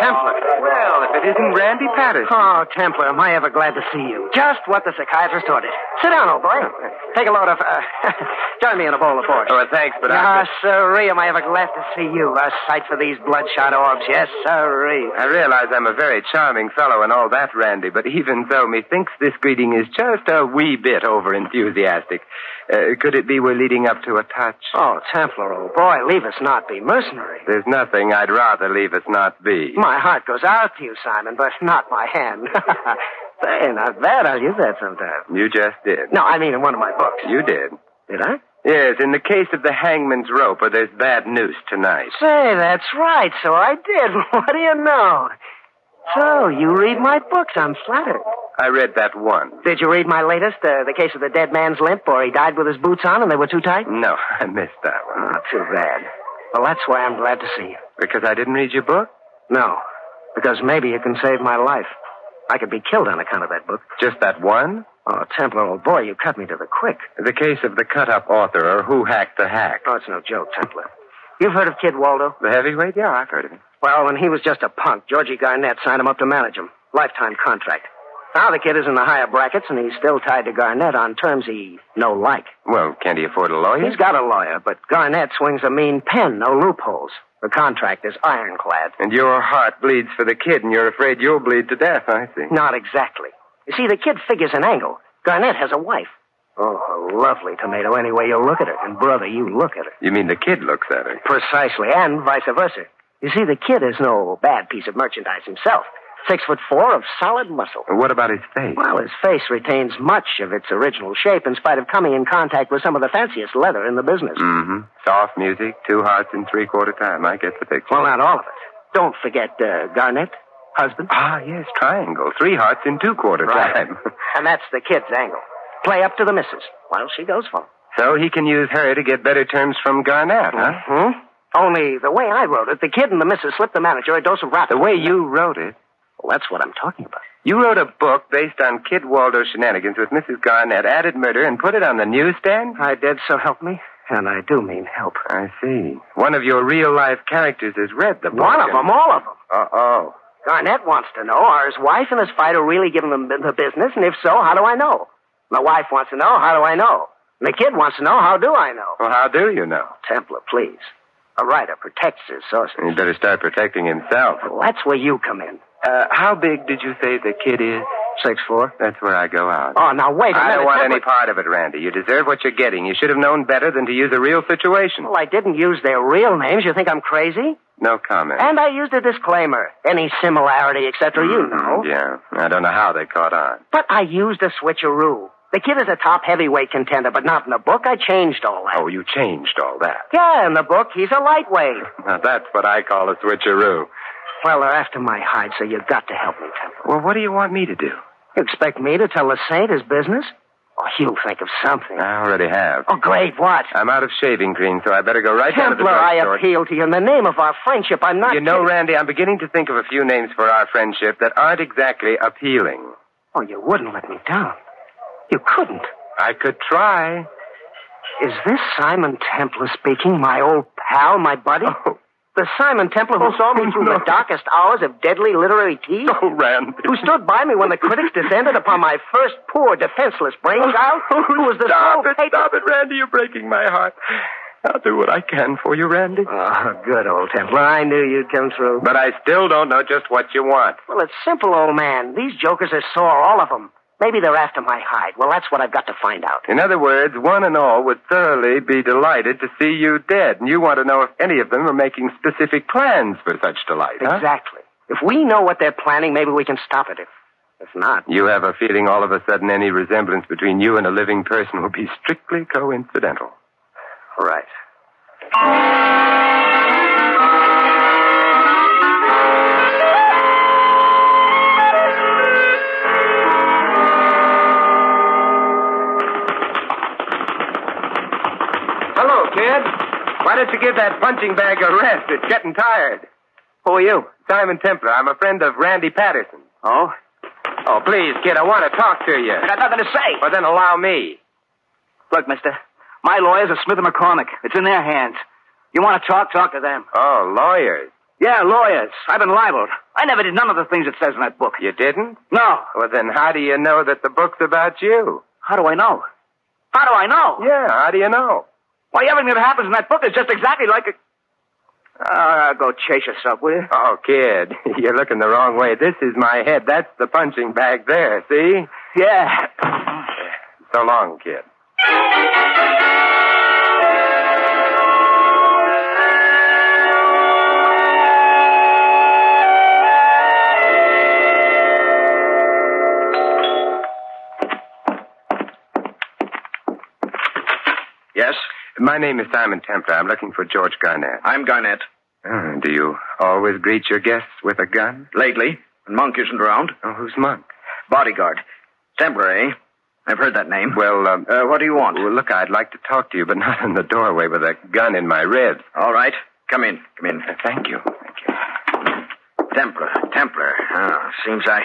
Speaker 14: Templar. Well, if it isn't Randy Patterson. Oh, Templar, am I ever glad to see you. Oh, Just what the psychiatrist ordered. Sit down, old boy. Take a load of. Uh, join me in a bowl of porridge.
Speaker 15: Oh, thanks, but
Speaker 14: Ah,
Speaker 15: I.
Speaker 14: sirree, am I ever glad to see you. A sight for these bloodshot orbs. Yes, sirree.
Speaker 15: I realize I'm a very charming fellow and all that, Randy, but even so, methinks this greeting is just a wee bit over enthusiastic. Uh, could it be we're leading up to a touch?
Speaker 14: Oh, Templar, old boy, leave us not be mercenary.
Speaker 15: There's nothing I'd rather leave us not be.
Speaker 14: My heart goes out to you, Simon, but not my hand. Say, not bad. I'll use that sometime.
Speaker 15: You just did.
Speaker 14: No, I mean in one of my books.
Speaker 15: You did.
Speaker 14: Did I?
Speaker 15: Yes, in the case of the hangman's rope, or there's bad news tonight.
Speaker 14: Say, that's right. So I did. What do you know? So you read my books. I'm flattered.
Speaker 15: I read that one.
Speaker 14: Did you read my latest, uh, the case of the dead man's limp, or he died with his boots on and they were too tight?
Speaker 15: No, I missed that one.
Speaker 14: Not too bad. Well, that's why I'm glad to see you.
Speaker 15: Because I didn't read your book?
Speaker 14: No, because maybe you can save my life. I could be killed on account of that book.
Speaker 15: Just that one?
Speaker 14: Oh, Templar, old boy, you cut me to the quick.
Speaker 15: The case of the cut up author, or who hacked the hack.
Speaker 14: Oh, it's no joke, Templar. You've heard of Kid Waldo?
Speaker 15: The heavyweight? Yeah, I've heard of him.
Speaker 14: Well, when he was just a punk, Georgie Garnett signed him up to manage him. Lifetime contract. Now the kid is in the higher brackets, and he's still tied to Garnett on terms he no like.
Speaker 15: Well, can't he afford a lawyer?
Speaker 14: Oh, He's got a lawyer, but Garnett swings a mean pen, no loopholes. The contract is ironclad.
Speaker 15: And your heart bleeds for the kid, and you're afraid you'll bleed to death, I think.
Speaker 14: Not exactly. You see, the kid figures an angle. Garnett has a wife. Oh, a lovely tomato, any way you look at her. And, brother, you look at her.
Speaker 15: You mean the kid looks at her?
Speaker 14: Precisely, and vice versa. You see, the kid is no bad piece of merchandise himself. Six foot four of solid muscle.
Speaker 15: And What about his face?
Speaker 14: Well, his face retains much of its original shape in spite of coming in contact with some of the fanciest leather in the business.
Speaker 15: Mm-hmm. Soft music, two hearts in three quarter time. I get the picture.
Speaker 14: Well, not all of it. Don't forget uh, Garnett, husband.
Speaker 15: Ah, yes, triangle. Three hearts in two quarter
Speaker 14: Right.
Speaker 15: time.
Speaker 14: And that's the kid's angle. Play up to the missus. Well, she goes for him.
Speaker 15: so he can use her to get better terms from Garnett, huh?
Speaker 14: hmm Only the way I wrote it, the kid and the missus slipped the manager a dose of rap.
Speaker 15: The way you wrote it.
Speaker 14: Well, that's what I'm talking about.
Speaker 15: You wrote a book based on Kid Waldo shenanigans with Mrs. Garnett, added murder, and put it on the newsstand?
Speaker 14: I did, so help me. And I do mean help.
Speaker 15: I see. One of your real life characters has read the book.
Speaker 14: One of them, all of them.
Speaker 15: Uh oh.
Speaker 14: Garnett wants to know are his wife and his fighter really giving them the business? And if so, how do I know? My wife wants to know, how do I know? And the kid wants to know, how do I know?
Speaker 15: Well, how do you know?
Speaker 14: Templar, please. A writer protects his sources.
Speaker 15: He'd better start protecting himself.
Speaker 14: Well, that's where you come in.
Speaker 15: Oh, Uh, how big did you say the kid is?
Speaker 14: Six four.
Speaker 15: That's where I go out.
Speaker 14: Oh, now wait a minute.
Speaker 15: I don't want
Speaker 14: Templar-
Speaker 15: any part of it, Randy. You deserve what you're getting. You should have known better than to use a real situation.
Speaker 14: Well, I didn't use their real names. You think I'm crazy?
Speaker 15: No comment.
Speaker 14: And I used a disclaimer. Any similarity, etc., you know.
Speaker 15: Mm, Yeah, I don't know how they caught on.
Speaker 14: But I used a switcheroo. The kid is a top heavyweight contender, but not in the book. I changed all that.
Speaker 15: Oh, you changed all that.
Speaker 14: Yeah, in the book, he's a lightweight.
Speaker 15: Now, that's what I call a switcheroo.
Speaker 14: Well, they're after my hide, so you've got to help me, Temple.
Speaker 15: Well, what do you want me to do?
Speaker 14: You expect me to tell the saint his business? Oh, he'll think of something.
Speaker 15: I already have.
Speaker 14: Oh, great, what?
Speaker 15: I'm out of shaving cream, so I better go right down to the
Speaker 14: Templar, I
Speaker 15: drugstore.
Speaker 14: appeal to you in the name of our friendship. I'm not.
Speaker 15: You know,
Speaker 14: kidding.
Speaker 15: Randy, I'm beginning to think of a few names for our friendship that aren't exactly appealing.
Speaker 14: Oh, you wouldn't let me down. You couldn't.
Speaker 15: I could try.
Speaker 14: Is this Simon Templar speaking? My old pal, my buddy?
Speaker 15: Oh,
Speaker 14: The Simon Templar who saw me through the darkest hours of deadly literary tea?
Speaker 15: Oh, Randy.
Speaker 14: Who stood by me when the critics descended upon my first poor, defenseless brainchild? who was the
Speaker 15: Oh, Stop
Speaker 14: sole
Speaker 15: it, stop it, Randy. You're breaking my heart. I'll do what I can for you, Randy.
Speaker 14: Oh, good old Templar. I knew you'd come through.
Speaker 15: But I still don't know just what you want.
Speaker 14: Well, it's simple, old man. These jokers are sore, all of them. Maybe they're after my hide. Well, that's what I've got to find out.
Speaker 15: In other words, one and all would thoroughly be delighted to see you dead, and you want to know if any of them are making specific plans for such delight, huh?
Speaker 14: Exactly. If we know what they're planning, maybe we can stop it. If, if not,
Speaker 15: You have a feeling all of a sudden any resemblance between you and a living person will be strictly coincidental.
Speaker 14: Right.
Speaker 15: Hello, kid. Why don't you give that punching bag a rest? It's getting tired. Who are you? Simon Templar. I'm a friend of Randy Patterson.
Speaker 14: Oh?
Speaker 15: Oh, please, kid, I want to talk to you.
Speaker 16: I got nothing to say.
Speaker 15: Well, then allow me.
Speaker 16: Look, mister, my lawyers are Smith and McCormick. It's in their hands. You want to talk? Talk to them.
Speaker 15: Oh, lawyers.
Speaker 16: Yeah, lawyers. I've been libeled. I never did none of the things it says in that book.
Speaker 15: You didn't?
Speaker 16: No.
Speaker 15: Well, then how do you know that the book's about you?
Speaker 16: How do I know? How do I know?
Speaker 15: Yeah, how do you know?
Speaker 16: Why, everything that happens in that book is just exactly like it. Uh, go chase yourself, will you?
Speaker 15: Ah. Oh, kid, you're looking the wrong way. This is my head. That's the punching bag there, see?
Speaker 16: Yeah.
Speaker 15: So long, kid.
Speaker 17: Yes,
Speaker 15: My name is Simon Templar. I'm looking for George Garnett.
Speaker 17: I'm Garnett.
Speaker 15: Oh, do you always greet your guests with a gun?
Speaker 17: Lately, when Monk isn't around.
Speaker 15: Oh, who's Monk?
Speaker 17: Bodyguard. Temporary. I've heard that name.
Speaker 15: Well, um,
Speaker 17: Uh, what do you want?
Speaker 15: well, look, I'd like to talk to you, but not in the doorway with a gun in my ribs. Uh,
Speaker 17: All right. Come in. Come in.
Speaker 15: Thank you. Thank
Speaker 17: you. Templar. Templar. Ah, seems I.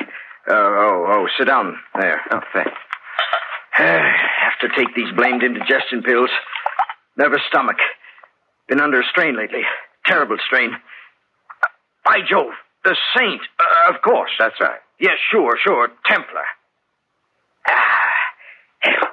Speaker 17: Uh, oh, oh, sit down there.
Speaker 15: Oh, thanks.
Speaker 17: Have to take these blamed indigestion pills. Nervous stomach. Been under a strain lately. Terrible strain. Uh, By Jove, the saint. Uh, of course.
Speaker 15: That's right.
Speaker 17: Yes, sure, sure. Templar. Ah. hell.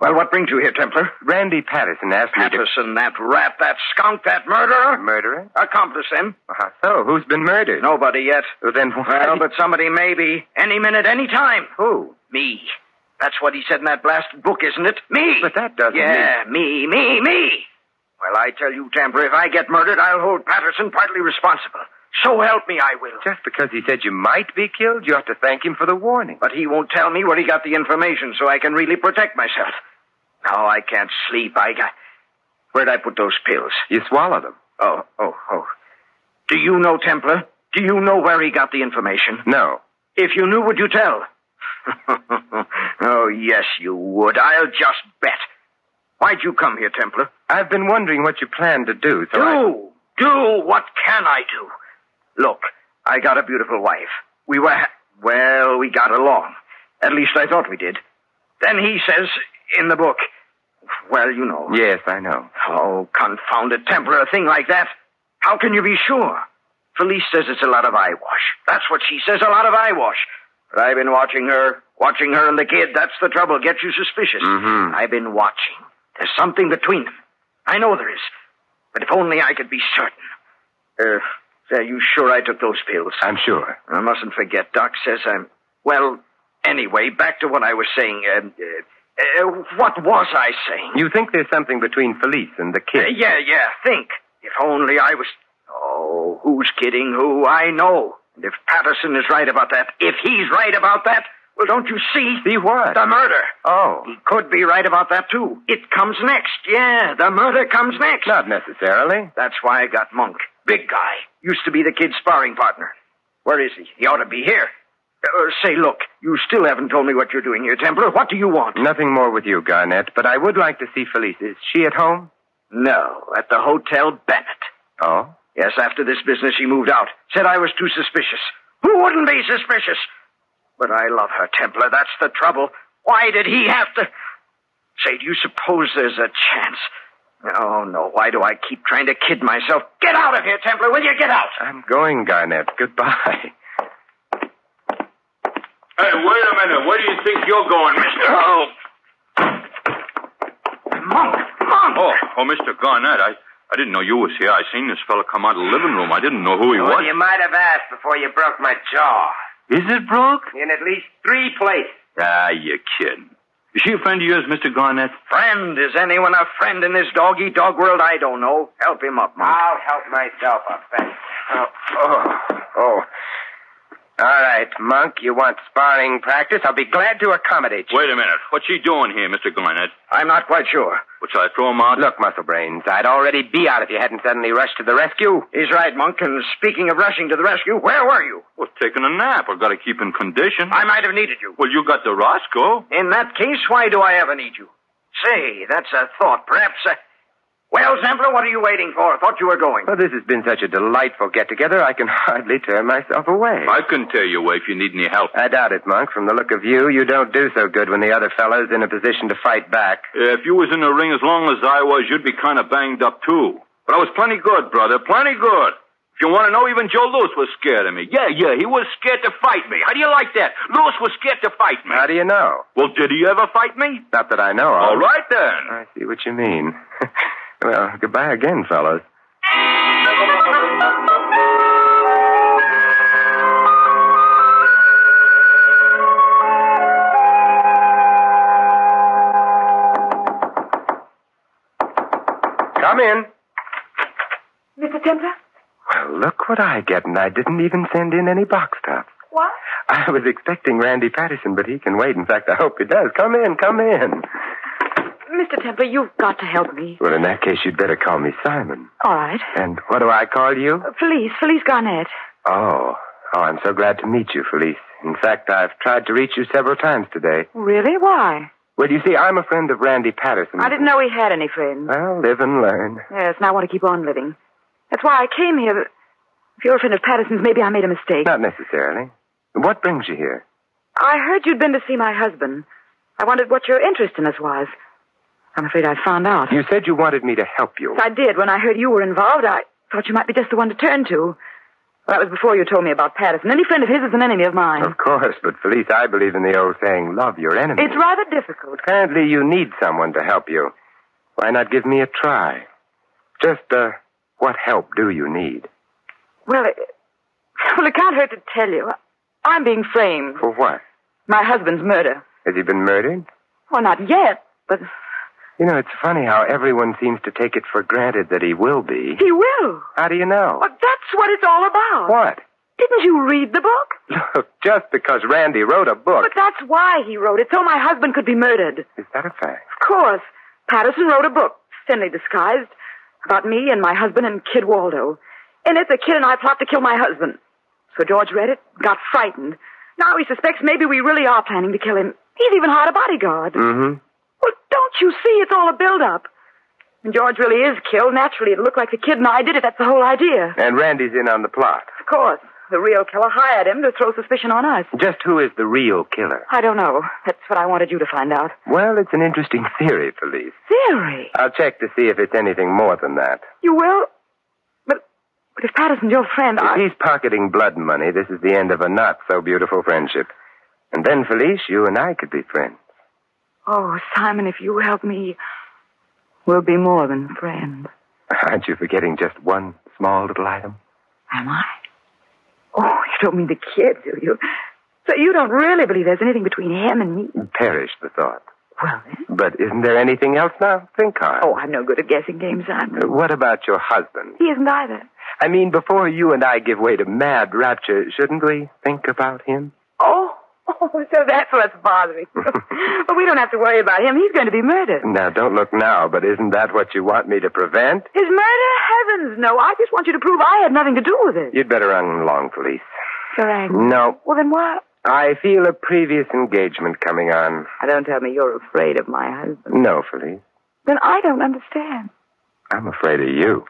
Speaker 17: Well, what brings you here, Templar?
Speaker 15: Randy Patterson asked me to...
Speaker 17: Patterson, that rat, that skunk, that murderer?
Speaker 15: Murderer?
Speaker 17: Accomplice him.
Speaker 15: Uh, so, who's been murdered?
Speaker 17: Nobody yet.
Speaker 15: Well, then why...
Speaker 17: Well, but somebody may be. Any minute, any time.
Speaker 15: Who?
Speaker 17: Me. That's what he said in that blasted book, isn't it? Me.
Speaker 15: But that doesn't
Speaker 17: Yeah, me, me, me. Well, I tell you, Templar, if I get murdered, I'll hold Patterson partly responsible. So help me, I will.
Speaker 15: Just because he said you might be killed, you have to thank him for the warning.
Speaker 17: But he won't tell me where he got the information so I can really protect myself. Now I can't sleep. I got. Where'd I put those pills?
Speaker 15: You swallowed them.
Speaker 17: Oh, oh, oh. Do you know Templar? Do you know where he got the information?
Speaker 15: No.
Speaker 17: If you knew, would you tell? oh, yes, you would. I'll just bet. Why'd you come here, Templar?
Speaker 15: I've been wondering what you plan to do, so
Speaker 17: do,
Speaker 15: I...
Speaker 17: do. What can I do? Look, I got a beautiful wife. We were, ha- well, we got along. At least I thought we did. Then he says in the book, well, you know.
Speaker 15: Yes, I know.
Speaker 17: Oh, confounded temper, a thing like that. How can you be sure? Felice says it's a lot of eyewash. That's what she says, a lot of eyewash. But I've been watching her, watching her and the kid. That's the trouble. Gets you suspicious.
Speaker 15: Mhm.
Speaker 17: I've been watching. There's something between them. I know there is. But if only I could be certain. Uh, are you sure I took those pills?
Speaker 15: I'm sure.
Speaker 17: I mustn't forget. Doc says I'm. Well, anyway, back to what I was saying. Um, uh, uh, what was I saying?
Speaker 15: You think there's something between Felice and the kid?
Speaker 17: Uh, yeah, yeah, think. If only I was. Oh, who's kidding who? I know. And if Patterson is right about that, if he's right about that, well, don't you see?
Speaker 15: See what?
Speaker 17: The murder.
Speaker 15: Oh,
Speaker 17: He could be right about that, too. It comes next. Yeah, the murder comes next.
Speaker 15: not necessarily.
Speaker 17: That's why I got Monk. Big guy. Used to be the kid's sparring partner. Where is he? He ought to be here. Uh, say, look, you still haven't told me what you're doing here, Templar. What do you want?
Speaker 15: Nothing more with you, Garnett, but I would like to see Felice. Is she at home?
Speaker 17: No, at the Hotel Bennett.
Speaker 15: Oh?
Speaker 17: Yes, after this business, she moved out. Said I was too suspicious. Who wouldn't be suspicious? But I love her, Templar. That's the trouble. Why did he have to. Say, do you suppose there's a chance? Oh, no. Why do I keep trying to kid myself? Get out of here, Templar, will you? Get out!
Speaker 15: I'm going, Garnett. Goodbye.
Speaker 18: Hey, wait a minute. Where do you think you're going, mister?
Speaker 17: Oh. Monk! Monk!
Speaker 18: Oh, oh, Mr. Garnett, I, I didn't know you was here. I seen this fella come out of the living room. I didn't know
Speaker 17: Oh,
Speaker 18: who he
Speaker 19: Well,
Speaker 18: was.
Speaker 19: you might have asked before you broke my jaw.
Speaker 18: Is it broke?
Speaker 19: In at least three places.
Speaker 18: Ah, you kidding. Is she a friend of yours, Mr. Garnett?
Speaker 17: Friend? Is anyone a friend in this dog eat dog world? I don't know. Help him up, Monk.
Speaker 19: I'll help myself up, thanks.
Speaker 17: Oh, oh, oh.
Speaker 15: All right, Monk, you want sparring practice? I'll be glad to accommodate you.
Speaker 18: Wait a minute. What's she doing here, Mr. Garnett?
Speaker 15: I'm not quite sure.
Speaker 18: What, shall I throw him out?
Speaker 15: Look, Musclebrains, I'd already be out if you hadn't suddenly rushed to the rescue.
Speaker 17: He's right, Monk. And speaking of rushing to the rescue, where were you?
Speaker 18: Well, taking a nap. I've got to keep in condition.
Speaker 17: I might have needed you.
Speaker 18: Well, you got the Roscoe.
Speaker 17: In that case, why do I ever need you? Say, that's a thought. Perhaps. Uh... Well, Templar, what are you waiting for? I thought you were going.
Speaker 15: Well, this has been such a delightful get together, I can hardly tear myself away.
Speaker 18: I can tear you away if you need any help.
Speaker 15: I doubt it, Monk. From the look of you, you don't do so good when the other fellow's in a position to fight back.
Speaker 18: If you was in the ring as long as I was, you'd be kind of banged up, too. But I was plenty good, brother. Plenty good. If you want to know, even Joe Lewis was scared of me. Yeah, yeah, he was scared to fight me. How do you like that? Lewis was scared to fight me.
Speaker 15: How do you know?
Speaker 18: Well, did he ever fight me?
Speaker 15: Not that I know of.
Speaker 18: All right, then.
Speaker 15: I see what you mean. well, goodbye again, fellows. Come in.
Speaker 20: Mr. Templar?
Speaker 15: Well, look what I get, and I didn't even send in any box tops.
Speaker 20: What?
Speaker 15: I was expecting Randy Patterson, but he can wait. In fact, I hope he does. Come in, come in.
Speaker 20: Mr. Templar, you've got to help me.
Speaker 15: Well, in that case, you'd better call me Simon.
Speaker 20: All right.
Speaker 15: And what do I call you?
Speaker 20: Felice, Felice Garnett.
Speaker 15: Oh, oh, I'm so glad to meet you, Felice. In fact, I've tried to reach you several times today.
Speaker 20: Really? Why?
Speaker 15: Well, you see, I'm a friend of Randy Patterson.
Speaker 20: I didn't know he had any friends.
Speaker 15: Well, live and learn.
Speaker 20: Yes, and I want to keep on living. That's why I came here. but If you're a friend of Patterson's, maybe I made a mistake.
Speaker 15: Not necessarily. What brings you here?
Speaker 20: I heard you'd been to see my husband. I wondered what your interest in us was. I'm afraid I found out.
Speaker 15: You said you wanted me to help you.
Speaker 20: I did. When I heard you were involved, I thought you might be just the one to turn to. Well, that was before you told me about Patterson. Any friend of his is an enemy of mine.
Speaker 15: Of course, but Felice, I believe in the old saying, love your enemy.
Speaker 20: It's rather difficult.
Speaker 15: Apparently, you need someone to help you. Why not give me a try? Just, uh, what help do you need?
Speaker 20: Well, it, well, it can't hurt to tell you. I'm being framed.
Speaker 15: For what?
Speaker 20: My husband's murder.
Speaker 15: Has he been murdered?
Speaker 20: Well, not yet, but
Speaker 15: You know, it's funny how everyone seems to take it for granted that he will be.
Speaker 20: he will.
Speaker 15: How do you know?
Speaker 20: Well, that's what it's all about.
Speaker 15: What?
Speaker 20: Didn't you read the book?
Speaker 15: Look, just because Randy wrote a book.
Speaker 20: But that's why he wrote it, so my husband could be murdered.
Speaker 15: Is that a fact?
Speaker 20: Of course. Patterson wrote a book, thinly disguised, about me and my husband and Kid Waldo. In it, the kid and I plot to kill my husband. So George read it, got frightened. Now he suspects maybe we really are planning to kill him. He's even hired a bodyguard.
Speaker 15: Mm-hmm.
Speaker 20: Well, don't you see? It's all a build-up. When George really is killed, naturally it'll look like the kid and I did it. That's the whole idea.
Speaker 15: And Randy's in on the plot.
Speaker 20: Of course. The real killer hired him to throw suspicion on us.
Speaker 15: Just who is the real killer?
Speaker 20: I don't know. That's what I wanted you to find out.
Speaker 15: Well, it's an interesting theory, Felice.
Speaker 20: Theory?
Speaker 15: I'll check to see if it's anything more than that.
Speaker 20: You will? But, but if Patterson's your friend, I...
Speaker 15: If he's pocketing blood money, this is the end of a not so beautiful friendship. And then, Felice, you and I could be friends.
Speaker 20: Oh, Simon, if you help me, we'll be more than friends.
Speaker 15: Aren't you forgetting just one small little item?
Speaker 20: Am I? Oh, you don't mean the kid, do you? So you don't really believe there's anything between him and me?
Speaker 15: Perish the thought.
Speaker 20: Well, then.
Speaker 15: But isn't there anything else now? Think hard.
Speaker 20: Oh, I'm no good at guessing games, Simon.
Speaker 15: Uh, What about your husband?
Speaker 20: He isn't either.
Speaker 15: I mean, before you and I give way to mad rapture, shouldn't we think about him?
Speaker 20: Oh, oh, so that's what's bothering you. but we don't have to worry about him. He's going to be murdered.
Speaker 15: Now, don't look now, but isn't that what you want me to prevent?
Speaker 20: His murder? Heavens, no. I just want you to prove I had nothing to do with it.
Speaker 15: You'd better run along, Felice.
Speaker 20: You're angry.
Speaker 15: No,
Speaker 20: Well, then why?
Speaker 15: I feel a previous engagement coming on.
Speaker 20: I don't tell me you're afraid of my husband.
Speaker 15: No, Felice,
Speaker 20: Then I don't understand.
Speaker 15: I'm afraid of you.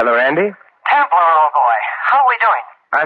Speaker 15: Hello, Andy.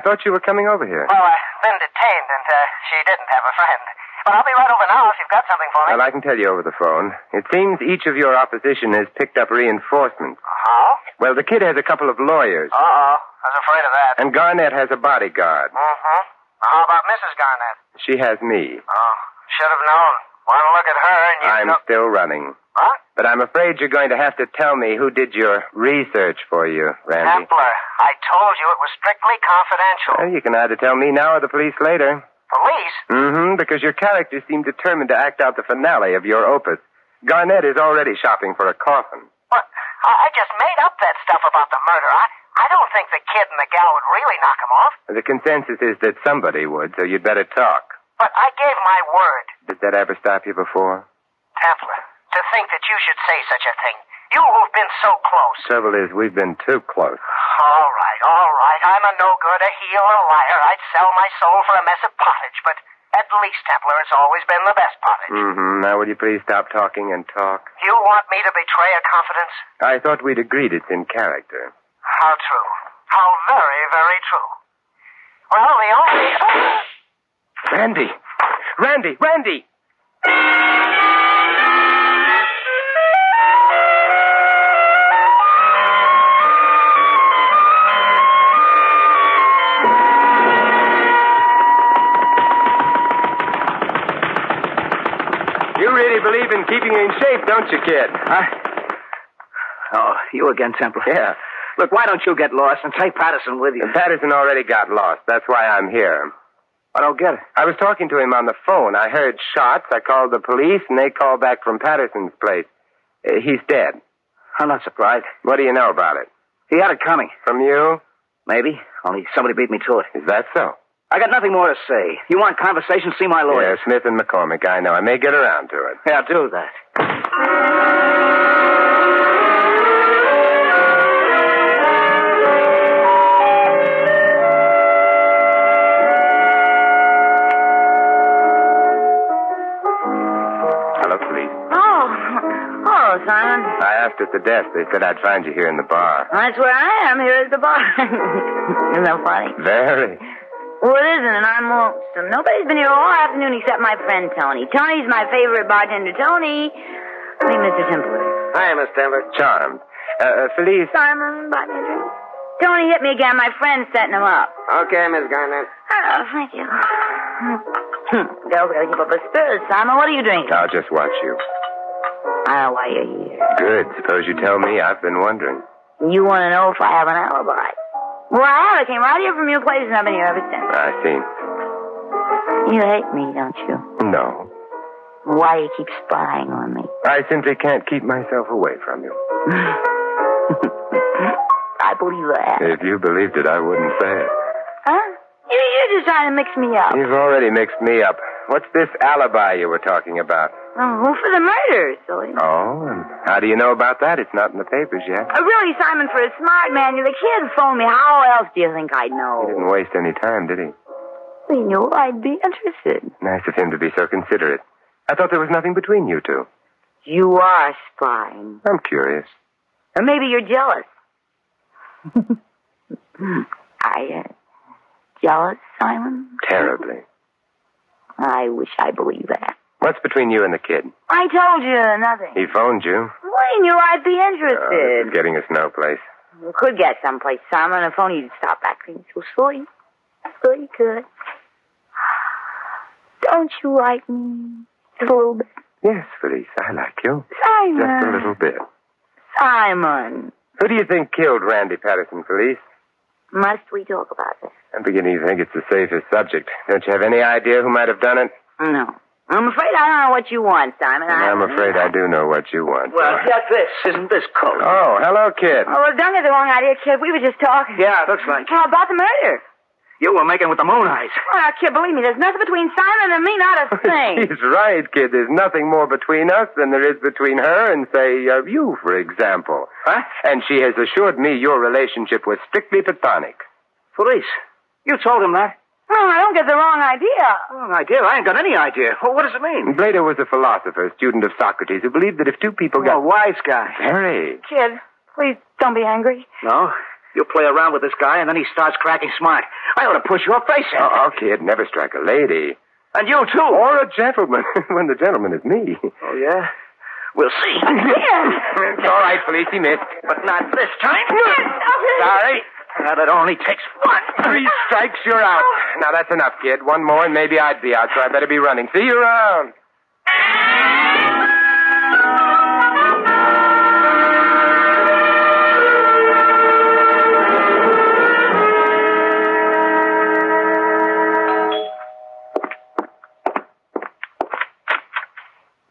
Speaker 15: thought you were coming over here.
Speaker 21: Well, I've been detained, and uh, she didn't have a friend. But I'll be right over now if you've got something for me.
Speaker 15: Well, I can tell you over the phone. It seems each of your opposition has picked up reinforcements.
Speaker 21: Huh?
Speaker 9: Uh-huh.
Speaker 15: Well, the kid has a couple of lawyers,
Speaker 9: Uh-uh.
Speaker 21: Uh-oh. I was afraid of that.
Speaker 15: and Garnett has a bodyguard.
Speaker 21: Mm-hmm. How about Mrs. Garnett?
Speaker 15: She has me.
Speaker 21: Oh, should have known. One look at her and you
Speaker 15: I'm
Speaker 21: know...
Speaker 15: still running.
Speaker 21: What?
Speaker 15: But I'm afraid you're going to have to tell me who did your research for you, Randy.
Speaker 21: Templar, I told you it was strictly confidential.
Speaker 15: Well, you can either tell me now or the police later.
Speaker 21: Police?
Speaker 15: Mm-hmm, because your characters seem determined to act out the finale of your opus. Garnett is already shopping for a coffin.
Speaker 21: What? I, I just made up that stuff about the murder. I, I don't think the kid and the gal would really knock him off.
Speaker 15: The consensus is that somebody would, so you'd better talk.
Speaker 21: But I gave my word,
Speaker 15: Did that ever stop you before?
Speaker 21: Templar, to think that you should say such a thing. You who've been so close.
Speaker 15: Trouble is, we've been too close.
Speaker 21: All right, all right. I'm a no good, a heel, a liar. I'd sell my soul for a mess of pottage, but at least, Templar, it's always been the best pottage.
Speaker 15: Mm-hmm. Now, will you please stop talking and talk?
Speaker 21: You want me to betray a confidence?
Speaker 15: I thought we'd agreed it's in character.
Speaker 21: How true. How very, very true. Well, the only.
Speaker 15: Randy! Randy! Randy! You really believe in keeping in shape, don't you, kid?
Speaker 16: Oh, you again, Temple.
Speaker 15: Yeah.
Speaker 16: Look, why don't you get lost and take Patterson with you?
Speaker 15: Patterson already got lost. That's why I'm here.
Speaker 16: I don't get it.
Speaker 15: I was talking to him on the phone. I heard shots. I called the police, and they called back from Patterson's place. Uh, he's dead.
Speaker 16: I'm not surprised.
Speaker 15: What do you know about it?
Speaker 16: He had it coming.
Speaker 15: From you?
Speaker 16: Maybe. Only somebody beat me to it.
Speaker 15: Is that so?
Speaker 16: I got nothing more to say. You want conversation? See my lawyer.
Speaker 15: Yeah, Smith and McCormick. I know. I may get around to it.
Speaker 16: Yeah, do that.
Speaker 15: Hello, police.
Speaker 22: Oh, oh, Simon.
Speaker 15: I asked at the desk. They said I'd find you here in the bar.
Speaker 22: That's where I am, here at the bar. Isn't that funny?
Speaker 15: Very.
Speaker 22: Well, it isn't, and I'm lonesome. Nobody's been here all afternoon except my friend Tony. Tony's my favorite bartender. Tony. I mean, Mr. Templer.
Speaker 15: Hi, Miss Denver. Charmed. Uh, uh, Felice.
Speaker 22: Simon, buy me a drink. Tony hit me again. My friend's setting him up.
Speaker 19: Okay, Miss Garnett.
Speaker 22: Oh, thank you. Hmm. Girls gotta keep up her spirits, Simon. What are you drinking?
Speaker 15: I'll just watch you.
Speaker 22: Ah, why you're here.
Speaker 15: Good. Suppose you tell me. I've been wondering.
Speaker 22: You want to know if I have an alibi? Well, I have. I came right here from your place, and I've been here ever since.
Speaker 15: I see.
Speaker 22: You hate me, don't you?
Speaker 15: No.
Speaker 22: Why do you keep spying on me?
Speaker 15: I simply can't keep myself away from you.
Speaker 22: I believe that.
Speaker 15: If you believed it, I wouldn't say it.
Speaker 22: Huh? You, you're just trying to mix me up.
Speaker 15: You've already mixed me up. What's this alibi you were talking about?
Speaker 22: Oh, for the murder, silly.
Speaker 15: Oh, and how do you know about that? It's not in the papers yet.
Speaker 22: Uh, really, Simon, for a smart man, you're the kid phoned me. How else do you think I'd
Speaker 15: He
Speaker 22: know?
Speaker 15: didn't waste any time, did he?
Speaker 22: We knew I'd be interested.
Speaker 15: Nice of him to be so considerate. I thought there was nothing between you two.
Speaker 22: You are spying.
Speaker 15: I'm curious.
Speaker 22: Or maybe you're jealous. I, uh, jealous, Simon?
Speaker 15: Terribly.
Speaker 22: I wish I believed that.
Speaker 15: What's between you and the kid?
Speaker 22: I told you nothing.
Speaker 15: He phoned you.
Speaker 22: We knew I'd be
Speaker 15: Oh, this
Speaker 22: interested.
Speaker 15: is getting us no place.
Speaker 22: We could get someplace, Simon, if only you'd stop acting so silly. Silly good. Don't you like me? A little bit.
Speaker 15: Yes, Felice, I like you.
Speaker 22: Simon.
Speaker 15: Just a little bit.
Speaker 22: Simon.
Speaker 15: Who do you think killed Randy Patterson, Felice?
Speaker 22: Must we talk about this?
Speaker 15: I'm beginning to think it's the safest subject. Don't you have any idea who might have done it?
Speaker 22: No. I'm afraid I don't know what you want, Simon. I...
Speaker 15: I'm afraid I do know what you want.
Speaker 16: Well, get this. Isn't this cold?
Speaker 15: Oh, hello, kid.
Speaker 22: Oh, well, don't get the wrong idea, kid. We were just talking.
Speaker 16: Yeah, it looks like.
Speaker 22: How about the murder?
Speaker 16: You were making with the moon eyes.
Speaker 22: Oh, now, kid, believe me, there's nothing between Simon and me, not a thing.
Speaker 15: He's right, kid. There's nothing more between us than there is between her and, say, uh, you, for example. Huh? And she has assured me your relationship was strictly platonic.
Speaker 16: Police. You told him that.
Speaker 22: No, I Oh, don't get the wrong idea.
Speaker 16: Wrong idea? I ain't got any idea. Well, what does it mean?
Speaker 15: Plato was a philosopher, a student of Socrates, who
Speaker 16: Oh,
Speaker 15: believed that if two people got...
Speaker 16: A wise guy.
Speaker 15: Very.
Speaker 22: Kid, please don't be angry.
Speaker 16: No? You play around with this guy, and then he starts cracking smart. I ought to push your face in.
Speaker 15: Oh, kid, never struck a lady.
Speaker 16: And you, too.
Speaker 15: Or a gentleman, when the gentleman is me.
Speaker 16: Oh, yeah? We'll see.
Speaker 15: it's all right, Felice, he missed.
Speaker 16: But not this time. Sorry. Now that only takes one.
Speaker 15: Three strikes, you're out. Now that's enough, kid. One more, and maybe I'd be out, so I better be running. See you around.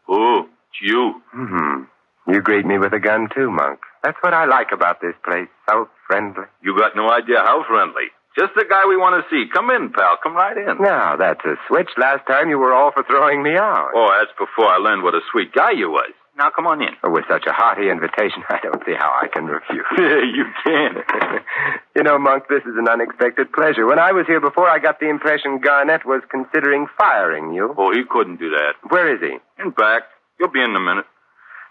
Speaker 18: Who? It's you.
Speaker 15: Hmm. You greet me with a gun, too, Monk. That's what I like about this place. So friendly.
Speaker 18: You got no idea how friendly. Just the guy we want to see. Come in, pal. Come right in.
Speaker 15: Now, that's a switch. Last time you were all for throwing me out.
Speaker 18: Oh, that's before I learned what a sweet guy you was. Now, come on in.
Speaker 15: Oh, with such a hearty invitation, I don't see how I can refuse.
Speaker 18: you can.
Speaker 15: you know, Monk, this is an unexpected pleasure. When I was here before, I got the impression Garnett was considering firing you.
Speaker 18: Oh, he couldn't do that.
Speaker 15: Where is he?
Speaker 18: In fact, you'll be in a minute.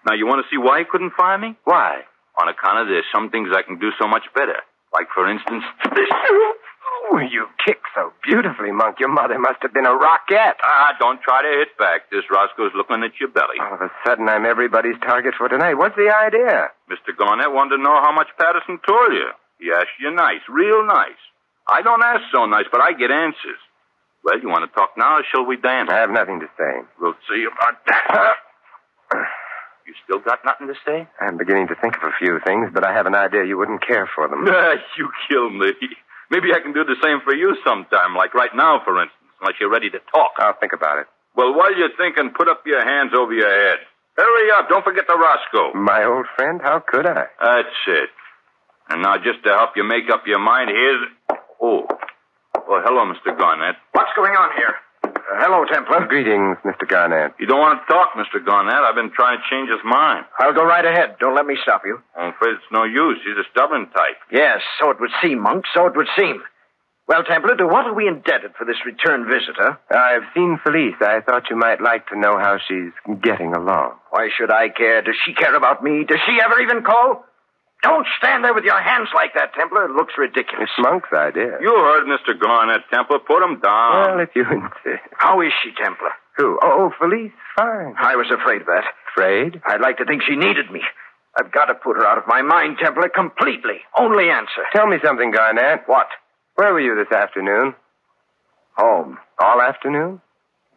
Speaker 18: Now, you want to see why he couldn't fire me?
Speaker 15: Why?
Speaker 18: On account of there's some things I can do so much better. Like, for instance, this.
Speaker 15: Oh, you kick so beautifully, Monk. Your mother must have been a rocket.
Speaker 18: Ah, don't try to hit back. This Roscoe's looking at your belly.
Speaker 15: All of a sudden, I'm everybody's target for tonight. What's the idea?
Speaker 18: Mr. Garnett wanted to know how much Patterson told you. He asked you nice, real nice. I don't ask so nice, but I get answers. Well, you want to talk now, or shall we dance?
Speaker 15: I have nothing to say.
Speaker 18: We'll see about that. You still got nothing to say?
Speaker 15: I'm beginning to think of a few things, but I have an idea you wouldn't care for them.
Speaker 18: Ah, you kill me. Maybe I can do the same for you sometime, like right now, for instance, unless you're ready to talk.
Speaker 15: I'll think about it.
Speaker 18: Well, while you're thinking, put up your hands over your head. Hurry up. Don't forget the
Speaker 17: Mm.
Speaker 18: Roscoe.
Speaker 15: My old friend, how could I?
Speaker 18: That's it. And now, just to help you make up your mind, here's. Oh. Well, hello, Mr. Garnett.
Speaker 6: What's going on here?
Speaker 17: Uh, hello, Templar.
Speaker 15: Greetings, Mr. Garnett.
Speaker 18: You don't want to talk, Mr. Garnett. I've been trying to change his mind.
Speaker 17: I'll go right ahead. Don't let me stop you.
Speaker 18: I'm afraid it's no use. He's a stubborn type.
Speaker 17: Yes, so it would seem, Monk. So it would seem. Well, Templar, to what are we indebted for this return visit, huh?
Speaker 15: I've seen Felice. I thought you might like to know how she's getting along.
Speaker 17: Why should I care? Does she care about me? Does she ever even call? Don't stand there with your hands like that, Templar. It looks ridiculous.
Speaker 15: It's Monk's idea.
Speaker 18: You heard Mr. Garnett, Templar. Put him down.
Speaker 15: Well, if you insist.
Speaker 17: How is she, Templar?
Speaker 15: Who? Oh, Felice, fine.
Speaker 17: I was afraid of that.
Speaker 15: Afraid?
Speaker 17: I'd like to think she needed me. I've got to put her out of my mind, Templar, completely. Only answer.
Speaker 15: Tell me something, Garnett.
Speaker 17: What?
Speaker 15: Where were you this afternoon?
Speaker 17: Home.
Speaker 15: All afternoon?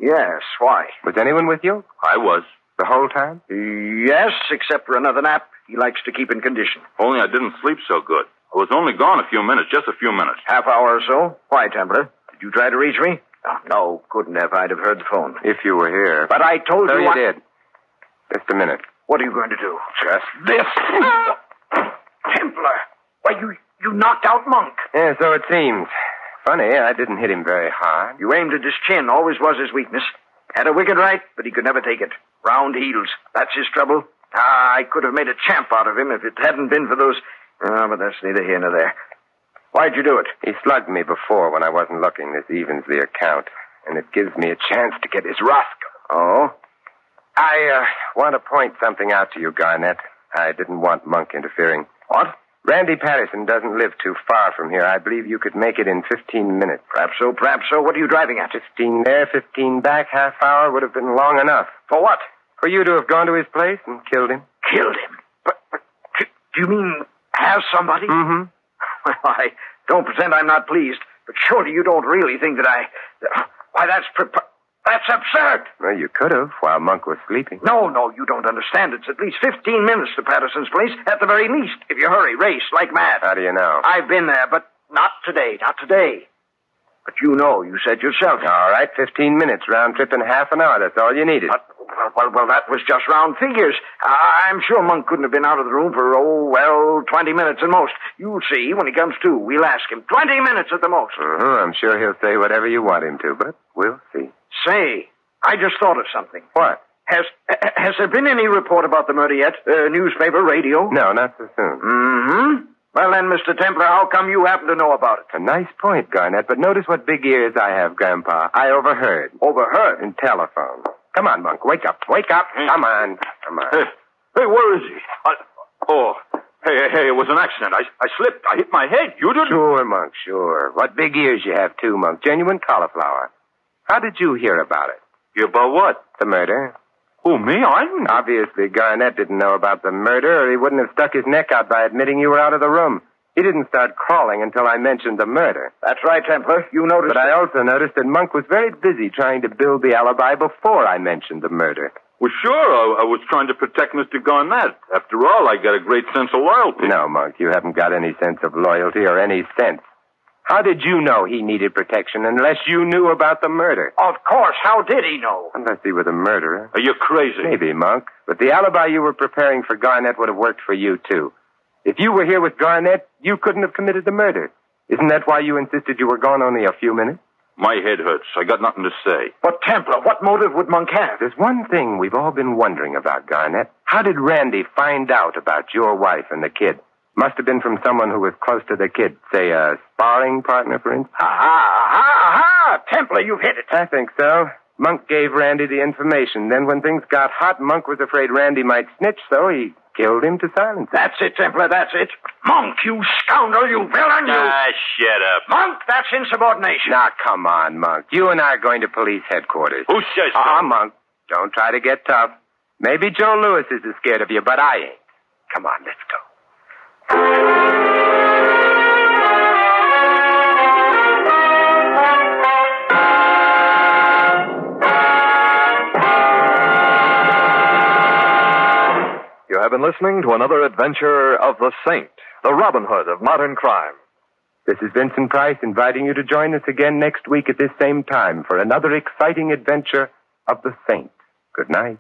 Speaker 17: Yes. Why?
Speaker 15: Was anyone with you?
Speaker 18: I was.
Speaker 15: The whole time?
Speaker 17: Yes, except for another nap he likes to keep in condition.
Speaker 18: Only I didn't sleep so good. I was only gone a few minutes, just a few minutes.
Speaker 17: Half hour or so? Why, Templar? Did you try to reach me? Oh, no, couldn't have. I'd have heard the phone.
Speaker 15: If you were here.
Speaker 17: But I told
Speaker 15: so
Speaker 17: you.
Speaker 15: you
Speaker 17: I...
Speaker 15: did. Just a minute.
Speaker 17: What are you going to do?
Speaker 15: Just
Speaker 17: this. Templar! Why, you, you knocked out Monk.
Speaker 15: Yeah, so it seems. Funny, I didn't hit him very hard.
Speaker 17: You aimed at his chin, always was his weakness. Had a wicked right, but he could never take it. Round heels. That's his trouble. Ah, I could have made a champ out of him if it hadn't been for those. Ah, oh, but that's neither here nor there. Why'd you do it?
Speaker 15: He slugged me before when I wasn't looking. This evens the account, and it gives me a chance to get his Roscoe.
Speaker 17: Oh?
Speaker 15: I uh, want to point something out to you, Garnett. I didn't want Monk interfering.
Speaker 17: What?
Speaker 15: Randy Patterson doesn't live too far from here. I believe you could make it in 15 minutes.
Speaker 17: Perhaps so, perhaps so. What are you driving at?
Speaker 15: 15 there, 15 back. Half hour would have been long enough.
Speaker 17: For what?
Speaker 15: For you to have gone to his place and killed him.
Speaker 17: Killed him? But, but do you mean have somebody?
Speaker 15: Mm-hmm.
Speaker 17: Well, I don't pretend I'm not pleased, but surely you don't really think that I. That, why, that's prepo- that's absurd.
Speaker 15: Well, you could have while Monk was sleeping.
Speaker 17: No, no, you don't understand. It's at least 15 minutes to Patterson's place, at the very least. If you hurry, race like mad.
Speaker 15: How do you know?
Speaker 17: I've been there, but not today, not today. But you know, you said yourself.
Speaker 15: All right, 15 minutes, round trip in half an hour. That's all you needed.
Speaker 17: But well, well, well, that was just round figures. I'm sure Monk couldn't have been out of the room for, oh, well, 20 minutes at most. You'll see when he comes to. We'll ask him. 20 minutes at the most.
Speaker 15: Uh-huh. I'm sure he'll say whatever you want him to, but we'll see.
Speaker 17: Say, I just thought of something.
Speaker 15: What?
Speaker 17: Has has there been any report about the murder yet? Uh, newspaper, radio?
Speaker 15: No, not so soon.
Speaker 17: Mm-hmm. Well, then, Mr. Templar, how come you happen to know about it?
Speaker 15: A nice point, Garnett, but notice what big ears I have, Grandpa. I overheard.
Speaker 17: Overheard?
Speaker 15: In telephone. Come on,
Speaker 18: Hmm.
Speaker 15: Monk. Wake up. Wake up. Come on. Come on.
Speaker 18: Hey, hey where is he? I... Oh. Hey, hey, hey, it was an accident. I, I slipped. I hit my head. You didn't.
Speaker 15: Sure, Monk, sure. What big ears you have, too, Monk. Genuine cauliflower. How did you hear about it?
Speaker 18: You about what?
Speaker 15: The murder.
Speaker 18: Who, me? I didn't.
Speaker 15: Obviously, Garnett didn't know about the murder, or he wouldn't have stuck his neck out by admitting you were out of the room. He didn't start crawling until I mentioned the murder.
Speaker 17: That's right, Templar. You noticed.
Speaker 15: But I also noticed that Monk was very busy trying to build the alibi before I mentioned the murder.
Speaker 18: Well, sure, I, I was trying to protect Mr. Garnett. After all, I got a great sense of loyalty.
Speaker 15: No, Monk, you haven't got any sense of loyalty or any sense. How did you know he needed protection unless you knew about the murder?
Speaker 17: Of course. How did he know?
Speaker 15: Unless he were the murderer.
Speaker 18: Are you crazy?
Speaker 15: Maybe, Monk. But the alibi you were preparing for Garnett would have worked for you, too. If you were here with Garnett, you couldn't have committed the murder. Isn't that why you insisted you were gone only a few minutes?
Speaker 18: My head hurts. I got nothing to say.
Speaker 17: But Templar, what motive would Monk have?
Speaker 15: There's one thing we've all been wondering about, Garnett. How did Randy find out about your wife and the kid? Must have been from someone who was close to the kid, say a sparring partner, for instance.
Speaker 17: Aha, aha, aha! Ah, Templar, you've hit it.
Speaker 15: I think so. Monk gave Randy the information. Then, when things got hot, Monk was afraid Randy might snitch, so he killed him to silence him.
Speaker 17: That's it, Templar, that's it. Monk, you scoundrel, you villain, you...
Speaker 18: Ah, shut up.
Speaker 17: Monk, that's insubordination.
Speaker 15: Now, come on, Monk. You and I are going to police headquarters.
Speaker 18: Who says that?
Speaker 15: Ah, Monk, don't try to get tough. Maybe Joe Lewis isn't scared of you, but I ain't. Come on, let's go.
Speaker 13: You have been listening to another adventure of the Saint, the Robin Hood of modern crime.
Speaker 15: This is Vincent Price inviting you to join us again next week at this same time for another exciting adventure of the Saint. Good night.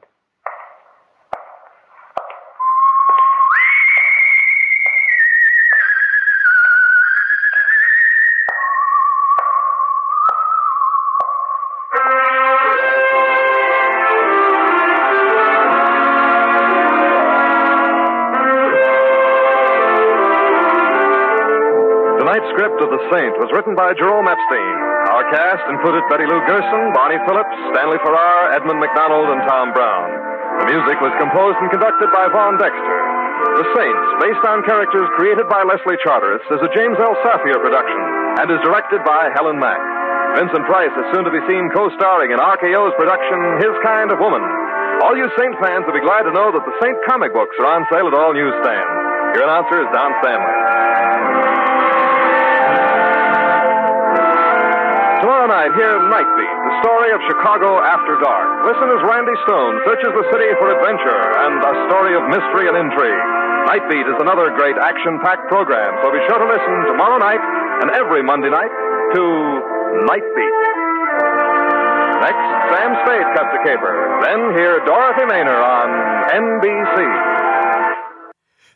Speaker 13: script of The Saint was written by Jerome Epstein. Our cast included Betty Lou Gerson, Bonnie Phillips, Stanley Farrar, Edmund McDonald, and Tom Brown. The music was composed and conducted by Vaughn Dexter. The Saints, based on characters created by Leslie Charteris, is a James L. Safier production and is directed by Helen Mack. Vincent Price is soon to be seen co-starring in RKO's production, His Kind of Woman. All you Saint fans will be glad to know that the Saint comic books are on sale at all newsstands. Your announcer is Don Stanley. Tomorrow night, hear Nightbeat, the story of Chicago after dark. Listen as Randy Stone searches the city for adventure and a story of mystery and intrigue. Nightbeat is another great action packed program, so be sure to listen tomorrow night and every Monday night to Nightbeat. Next, Sam Spade cuts a caper. Then hear Dorothy Maynor on NBC.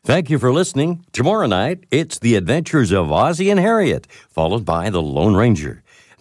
Speaker 2: Thank you for listening. Tomorrow night, it's The Adventures of Ozzie and Harriet, followed by The Lone Ranger.